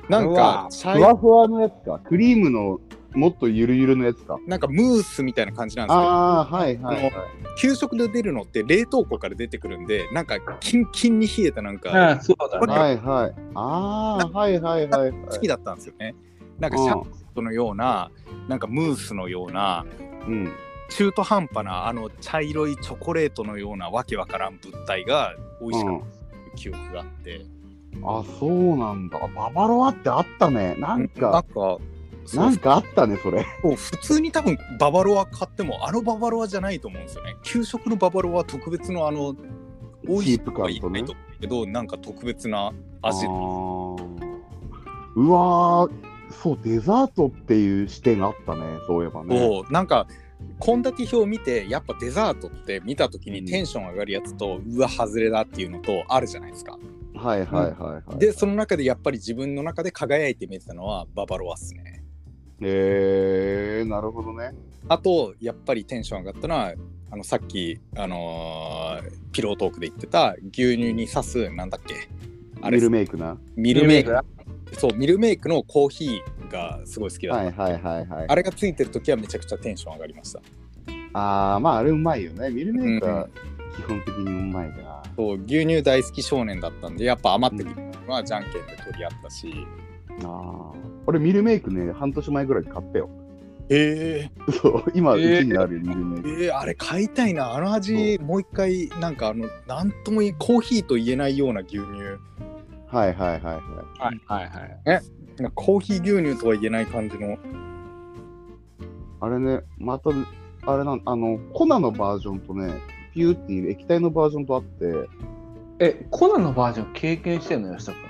Speaker 3: なん
Speaker 2: うわ
Speaker 3: か茶
Speaker 1: ふ
Speaker 3: 色
Speaker 1: わふわのやつか。クリームのもっとゆるゆるのやつか。
Speaker 3: なんかムースみたいな感じなんですけど
Speaker 1: ああ、はいはい、はい。
Speaker 3: 給食で出るのって冷凍庫から出てくるんでなんかキンキンに冷えたなんか、
Speaker 2: うん、そうだね。
Speaker 1: はいはい。ああ、はいはいはい、はい。
Speaker 3: 好きだったんですよね。なんかシャーベットのような、なんかムースのような、
Speaker 1: うん。
Speaker 3: 中途半端なあの茶色いチョコレートのようなわけわからん物体が美味しかった記憶があって。
Speaker 1: あ、そうなんだ。ババロアってあったね。な
Speaker 3: な
Speaker 1: ん
Speaker 3: んか
Speaker 1: か、
Speaker 3: そう
Speaker 1: なんかあったね、それ。
Speaker 3: そう普通に多分ババロア買ってもあのババロアじゃないと思うんですよね。給食のババロアは特別のあの美味しくはいないと思うけど、なんか特別な味
Speaker 1: あ。ーうわーそうデザートっていう視点があったねそういえばね
Speaker 3: をなんか献立表を見てやっぱデザートって見た時にテンション上がるやつと、うわ外れだっていうのとあるじゃないですか、
Speaker 1: はいはいはいはい
Speaker 3: でその中でやっぱり自分の中で輝いて見てたのはババロアっすね
Speaker 1: えー、なるほどね
Speaker 3: あとやっぱりテンション上がったのはあのさっき、あのーピロートークで言ってた牛乳に刺すなんだっけあれ
Speaker 1: ミルメイクな
Speaker 3: ミルメイクそうミルメイクのコーヒーがすごい好きだった、
Speaker 1: はいはいはいはい
Speaker 3: あれがついてる時はめちゃくちゃテンション上がりました
Speaker 1: ああまああれうまいよねミルメイク
Speaker 3: う
Speaker 1: は基本的にうまいな、
Speaker 3: そう牛乳大好き少年だったんでやっぱ余ってきたのはじゃんけんで取り合ったし、
Speaker 1: ああ俺ミルメイクね半年前ぐらいに買ったよ
Speaker 3: え
Speaker 1: そう今うち
Speaker 2: えー
Speaker 1: にあるミルメイ
Speaker 3: ー、
Speaker 1: ク、
Speaker 3: えー、あれ買いたいなあの味もう一回なんかあのなんともいいコーヒーと言えないような牛乳
Speaker 1: はいはいはいはい
Speaker 2: はいはいはい。
Speaker 3: えなんかコーヒー牛乳とは言えない感じの
Speaker 1: あれねまたあれなんあの粉のバージョンとねピューっていう液体のバージョンとあって
Speaker 2: え、コナンのバージョン経験してんのよ、吉田君。
Speaker 1: い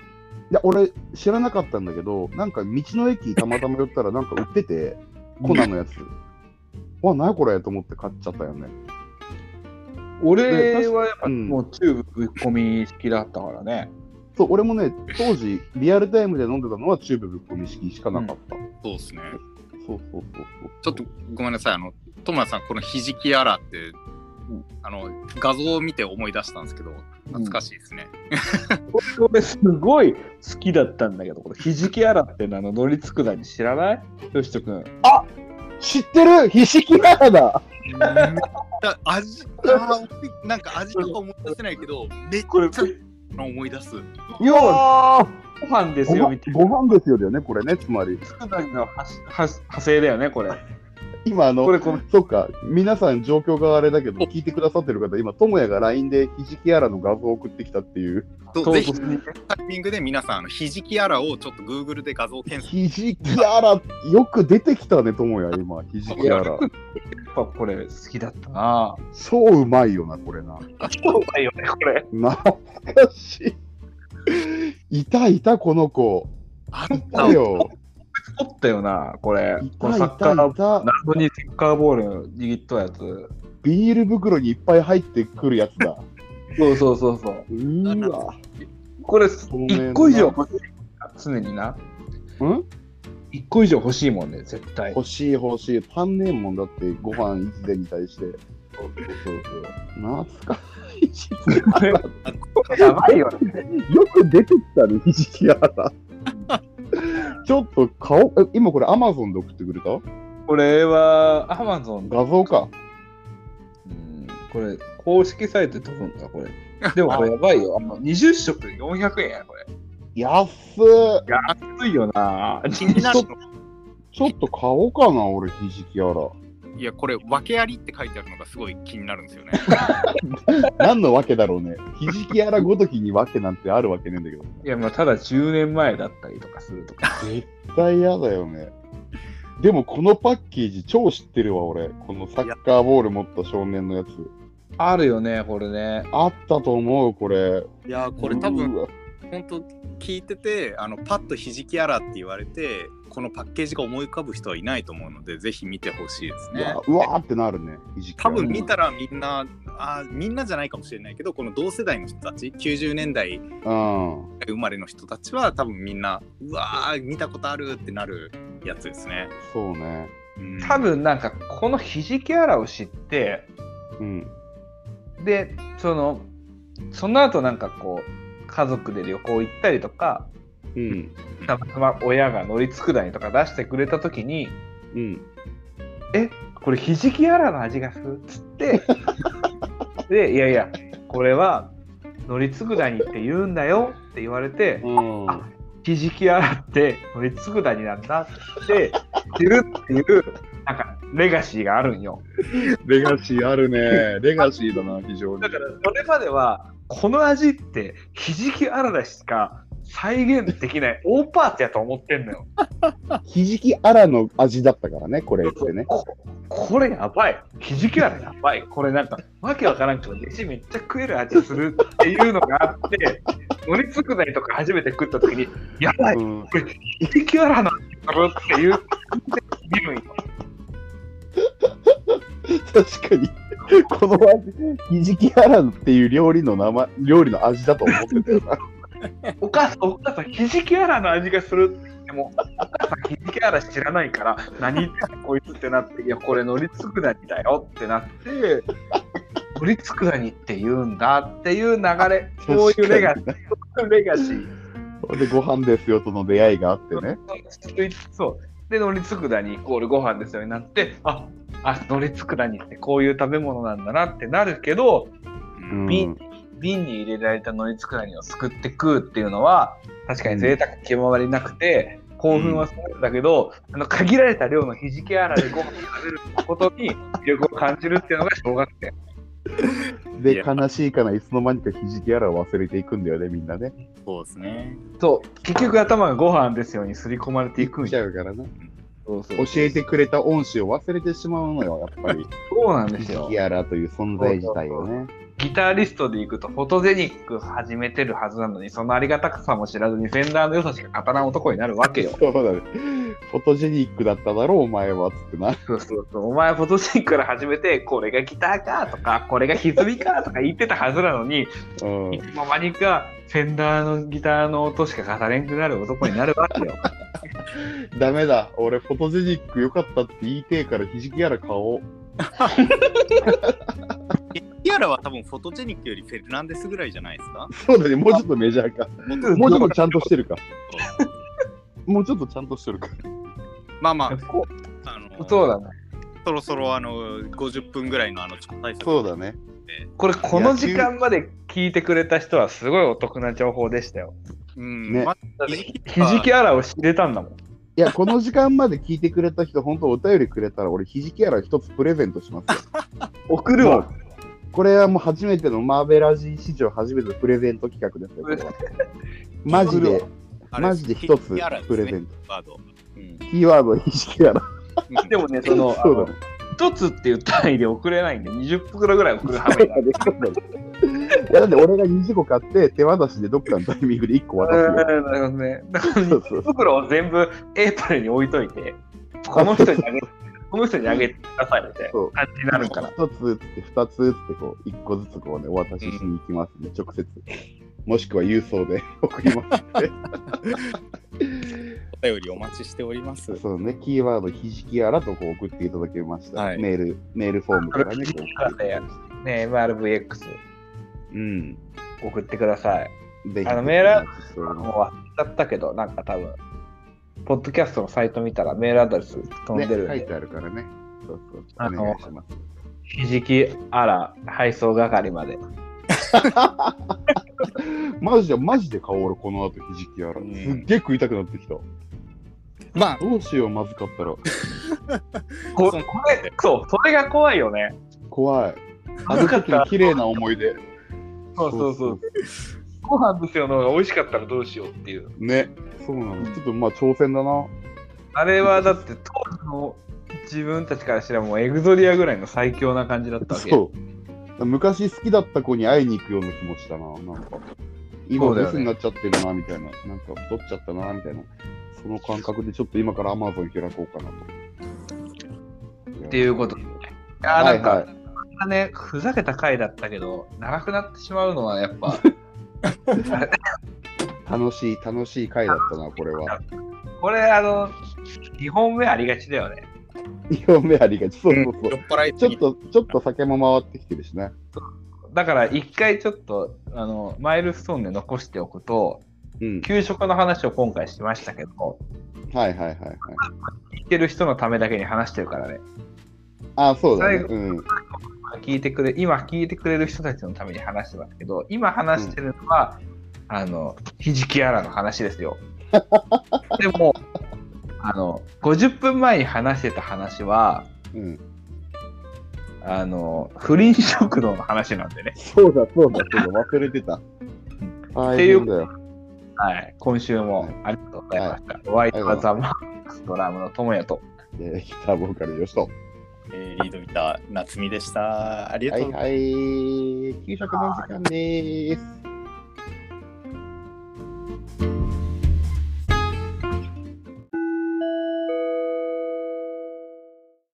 Speaker 1: や俺知らなかったんだけどなんか道の駅たまたま寄ったらなんか売っててコナンのやつわなにこれと思って買っちゃったよね
Speaker 2: 俺はやっぱ
Speaker 1: うん
Speaker 2: もうチューブぶっ込み好きだったからね。
Speaker 1: そう俺もね当時リアルタイムで飲んでたのはチューブぶっこみ式しかなかった、
Speaker 3: そうですね
Speaker 1: そうそうそうそう
Speaker 3: ちょっとごめんなさいあのトムラさんこのひじきあらって、あの画像を見て思い出したんですけど
Speaker 2: 懐か
Speaker 3: しいですね、
Speaker 2: これすごい好きだったんだけど、これひじきあらってのあの乗りつくだに知らない吉田君。
Speaker 1: 知ってるひしきならだ
Speaker 3: 味なんか味
Speaker 2: とか
Speaker 3: 思い出せないけどめっ
Speaker 2: これ、
Speaker 3: 思い出す
Speaker 2: 要はご飯です
Speaker 1: ご
Speaker 2: よ
Speaker 1: 飯
Speaker 2: みたいな。
Speaker 1: ご飯ですよだよねこれねつまり
Speaker 2: つくだ煮のはしはし派生だよね、これ。
Speaker 1: 今あの
Speaker 2: これこの
Speaker 1: そっか皆さん状況があれだけど聞いてくださってる方今ともやが LINE でひじきやらの画像を送ってきたっていう
Speaker 2: 唐
Speaker 3: ぜひ
Speaker 2: 突に。
Speaker 3: タイミングで皆さんあのひじきあらをちょっと Google で画像検索
Speaker 1: ひじきやらよく出てきたねともや今ひじきやら
Speaker 2: やっぱこれ好きだったな。
Speaker 1: 超うまいよな、これな。
Speaker 2: そうだよね、これ。
Speaker 1: 懐かしい。いたいた、この子。
Speaker 3: あ
Speaker 1: いたよ。
Speaker 2: おったよな、これ
Speaker 1: い。
Speaker 2: この
Speaker 1: た
Speaker 2: サ
Speaker 1: い
Speaker 2: ッカ
Speaker 1: たい
Speaker 2: ー、
Speaker 1: た。
Speaker 2: 謎にサッカーボール握っとうやつ。
Speaker 1: ビール袋にいっぱい入ってくるやつだ。
Speaker 2: そうそうそうそう。
Speaker 1: うーわ。
Speaker 2: これ、
Speaker 1: ごめんな
Speaker 2: 1個以上欲しい。常にな。
Speaker 1: ん
Speaker 2: 1個以上欲しいもんね、絶対。
Speaker 1: 欲しい欲しい。パンねえもんだって、ご飯いつでに対して。そうそうそう懐かし
Speaker 2: やばいよね。
Speaker 1: い。よく出てきたね、ひじきや ら。ちょっと顔、え今これ Amazon で送ってくれた
Speaker 2: これは、アマゾン
Speaker 1: 画像か。
Speaker 2: これ、公式サイトで飛ぶんだ、これ。 でもこれやばいよ。あの20食で400円や、これ。
Speaker 1: 安っ。
Speaker 2: 安いよ な。
Speaker 3: 気になる
Speaker 1: ちょっと買おうかな、俺、ひじきやら。
Speaker 3: のいやこれ訳ありって書いてあるのがすごい気になるんですよね
Speaker 1: 何のわけだろうね。ひじきやらごときにわけなんてあるわけねえんだけど。
Speaker 2: いや、まあ、ただ10年前だったりとかするとか。
Speaker 1: 絶対嫌だよね。でもこのパッケージ超知ってるわ、俺。このサッカーボール持った少年のやつ。
Speaker 2: あるよね、これね。
Speaker 1: あったと思う、これ。
Speaker 3: いやーこれ多分
Speaker 1: うわ
Speaker 3: 本当聞いててあのパッとひじきあらって言われてこのパッケージが思い浮かぶ人はいないと思うのでぜひ見てほしいです
Speaker 1: い
Speaker 3: ね
Speaker 1: や。うわーってなるね。ひじき
Speaker 3: 多分見たらみんなあーみんなじゃないかもしれないけどこの同世代の人たち90年代
Speaker 1: うん。
Speaker 3: 生まれの人たちは多分みんなうわー見たことあるってなるやつですね。
Speaker 1: そうね。
Speaker 3: うん
Speaker 2: 多分なんか、このひじきあらを知って、
Speaker 1: うん。
Speaker 2: で、その、その後なんかこう、家族で旅行行ったりとか、
Speaker 1: うん。
Speaker 2: たまたま親が乗り佃煮とか出してくれた時に、
Speaker 1: うん。
Speaker 2: えこれひじきあらの味がするっつって でいやいやこれは乗り佃煮って言うんだよって言われて
Speaker 1: うん。
Speaker 2: あひじきあらって乗り佃煮なんだって知るっていうなんかレガシーがあるんよ
Speaker 1: レガシーあるね。レガシーだな、非常に。
Speaker 2: だからそれまではこの味ってひじきあらだしか再現できない大パーツやと思ってんのよ
Speaker 1: ひじきあらの味だったからね、これってね。
Speaker 2: ここれやばいひじきあらやばいこれなんかわけわからんけど飯めっちゃ食える味するっていうのがあ って盛りつくだりとか初めて食った時にやばい
Speaker 1: うん
Speaker 2: ひじきあらの味するっていう見るんよ
Speaker 1: 確かに。この味、ひじきあらっていう料理の名前、料理の味だと思ってたよな。
Speaker 2: お母さんお母さんひじきあらの味がするって言ってもお母さんひじきあら知らないから何言ってんのこいつってなっていやこれ乗りつくだりだよってなって乗りつくだにって言うんだっていう流れそういうレガシーそういうレガシー
Speaker 1: で、ご飯ですよとの出会いがあってね。
Speaker 2: そう。で、乗りつくだにイコールご飯ですよになって、ああ乗りつくだにってこういう食べ物なんだなってなるけど、
Speaker 3: うん
Speaker 1: うん
Speaker 2: 瓶瓶に入れられた乗りつくだにをすくって食うっていうのは、確かに贅沢極まりなくて、興奮はするんだけど、あの限られた量のひじきあらでご飯を食べることに 魅力を感じるっていうのが小学生。
Speaker 3: い
Speaker 1: で、
Speaker 3: や
Speaker 1: 悲しいからいつの間にかひじきあらを忘れていくんだよね、みんなね。
Speaker 3: そうですね。
Speaker 2: そう、結局頭がご飯ですよに刷り込まれていくん
Speaker 1: ちゃうからな。
Speaker 2: そうそ
Speaker 1: 教
Speaker 2: う
Speaker 1: えてくれた恩師を忘れてしまうのよ、やっぱ り。
Speaker 2: そうなんで
Speaker 1: ひ
Speaker 2: す
Speaker 1: じ
Speaker 2: よ。
Speaker 1: きあらという存在自体をね。
Speaker 2: ギタリストで行くとフォトジェニック始めてるはずなのにそのありがたさも知らずにフェンダーの良さしか語らん男になるわけよ。
Speaker 1: そうだね。フォトジェニックだっただろう、お前は。つってな。
Speaker 2: そうそうそうお前フォトジェニックから始めてこれがギターかとかこれが歪みかとか言ってたはずなのに
Speaker 1: うん。
Speaker 2: いつの間にかフェンダーのギターの音しか語れんくなる男になるわけよ。
Speaker 1: ダメだ。俺、フォトジェニック良かったって言いてえから、ひじきあら買おう。
Speaker 3: ティアラは多分フォトジェニックよりフェルナンデスぐらいじゃないですか。
Speaker 1: そうだね、もうちょっとメジャーか。もうちょっとちゃんとしてるか。もうちょっとちゃんとしてるか。
Speaker 3: まあまあ、
Speaker 2: こ
Speaker 3: あの
Speaker 2: そうだね。
Speaker 3: そろそろあの50分ぐらいのあの超大作
Speaker 1: そうだね。
Speaker 2: これこの時間まで聞いてくれた人はすごいお得な情報でしたよ。
Speaker 3: うん
Speaker 1: ね
Speaker 3: ま
Speaker 2: だっ
Speaker 3: ひじ
Speaker 2: て
Speaker 3: き
Speaker 2: ひじきあらを知れたんだもん。
Speaker 1: いや、この時間まで聞いてくれた人、本当お便りくれたら、俺、ひじきやら一つプレゼントしますよ。
Speaker 2: 送るわ。
Speaker 1: これはもう初めてのマーベラジー史上初めてのプレゼント企画 ですよ、これは。マジで、
Speaker 3: あれ
Speaker 1: マジで一つ
Speaker 3: ひじきあらです
Speaker 1: プ
Speaker 3: ね
Speaker 1: レゼント。
Speaker 3: ワードうん
Speaker 1: キーワード、ひじきやら。
Speaker 2: でもね、その、
Speaker 1: そうだね。
Speaker 2: 一つっていう単位で送れないんで、20袋ぐらい送るはめになる。
Speaker 1: いや、だって俺が20個買って、手渡しでどっかのタイミングで1個渡すよ。
Speaker 2: なるほどね。だから
Speaker 1: そうそう
Speaker 2: 20袋を全部エイプレに置いといて、この人に あげて、この人にあげてくださいみたい
Speaker 1: そう
Speaker 2: な感じになるから。
Speaker 1: 一つつって二つつってこう一個ずつこうねお渡ししに行きますね、直接もしくは郵送で 送ります
Speaker 3: お便りお待ちしております。
Speaker 1: そうねキーワードひじきやらとこう送っていただけました、
Speaker 3: はい
Speaker 1: メールメールフォームからねこう送っていただきまし
Speaker 2: ね、MRVX
Speaker 1: たうん
Speaker 2: 送ってください。
Speaker 1: ぜひ
Speaker 2: あのメール
Speaker 1: お待ちしており
Speaker 2: もう
Speaker 1: ま
Speaker 2: 終わっちゃったけど、なんか多分、ポッドキャストのサイト見たらメールアドレス飛ん
Speaker 1: す
Speaker 2: でるん
Speaker 1: ね書
Speaker 2: で、
Speaker 1: いてあるからねそうそう
Speaker 2: あ
Speaker 1: お
Speaker 2: の
Speaker 1: 願いします
Speaker 2: ひじきあら配送係まで。
Speaker 1: マジでマジで買おう俺この後ひじきやら、
Speaker 3: うん
Speaker 1: すっげえ食いたくなってきた
Speaker 3: まあ、
Speaker 1: どうしようまずかったら
Speaker 2: こ
Speaker 3: そう
Speaker 2: これ、そう、それが怖いよね。
Speaker 1: 怖いあ
Speaker 2: まず
Speaker 1: の
Speaker 2: かっ
Speaker 1: 時
Speaker 2: たら
Speaker 1: の綺麗な思い出
Speaker 2: そうそうそう。ご飯ですよの方が美味しかったらどうしようっていう。
Speaker 1: ねそうなのちょっとまあ挑戦だな
Speaker 2: あれはだって当時の自分たちからしたらもうエグゾリアぐらいの最強な感じだったわけ。
Speaker 1: そう。昔好きだった子に会いに行くような気持ちだな、なんか。今
Speaker 2: そうだ
Speaker 1: ブ
Speaker 2: よね
Speaker 1: スになっちゃってるな、みたいな。なんか太っちゃったな、みたいな。その感覚でちょっと今から Amazon 開こうかなと。
Speaker 2: っていうこと。いや
Speaker 1: は
Speaker 2: ーないんか、
Speaker 1: はい。
Speaker 2: ね、ふざけた回だったけど、長くなってしまうのはやっ ぱ、
Speaker 1: 楽しい、楽しい回だったな、これは。
Speaker 2: これ、あの、2本目ありがちだよね。
Speaker 1: 2本目ありがち。そうそう
Speaker 3: 酔
Speaker 1: そ
Speaker 3: っ
Speaker 1: う。
Speaker 3: 払い
Speaker 1: ち
Speaker 3: す
Speaker 1: ょっ
Speaker 3: ぎ
Speaker 1: と、ちょっと酒も回ってきてるしね。
Speaker 2: だから、一回ちょっと、あの、マイルストーンで残しておくと、
Speaker 1: うん。
Speaker 2: 給食の話を今回しましたけど、
Speaker 1: はいはいはいはい。
Speaker 2: 聞いてる人のためだけに話してるからね。
Speaker 1: あ、そうだね。
Speaker 2: 最後
Speaker 1: うん。
Speaker 2: 聞いてくれ今聞いてくれる人たちのために話してますけど今話してるのは、あのひじきあらの話ですよ でもあの50分前に話してた話は
Speaker 1: うん。
Speaker 2: あの不倫食堂の話なんでね、
Speaker 1: そうだそうだそうだ。忘れてた。大変だよ。
Speaker 2: はい、今週もありがとうございました、お相手はザ・マックスドラムの友也と
Speaker 1: えーギターボーカルよしと。
Speaker 3: えーリード見た夏美でした。ありが
Speaker 1: は
Speaker 3: とうございます
Speaker 1: いはい。給食の時間でーす。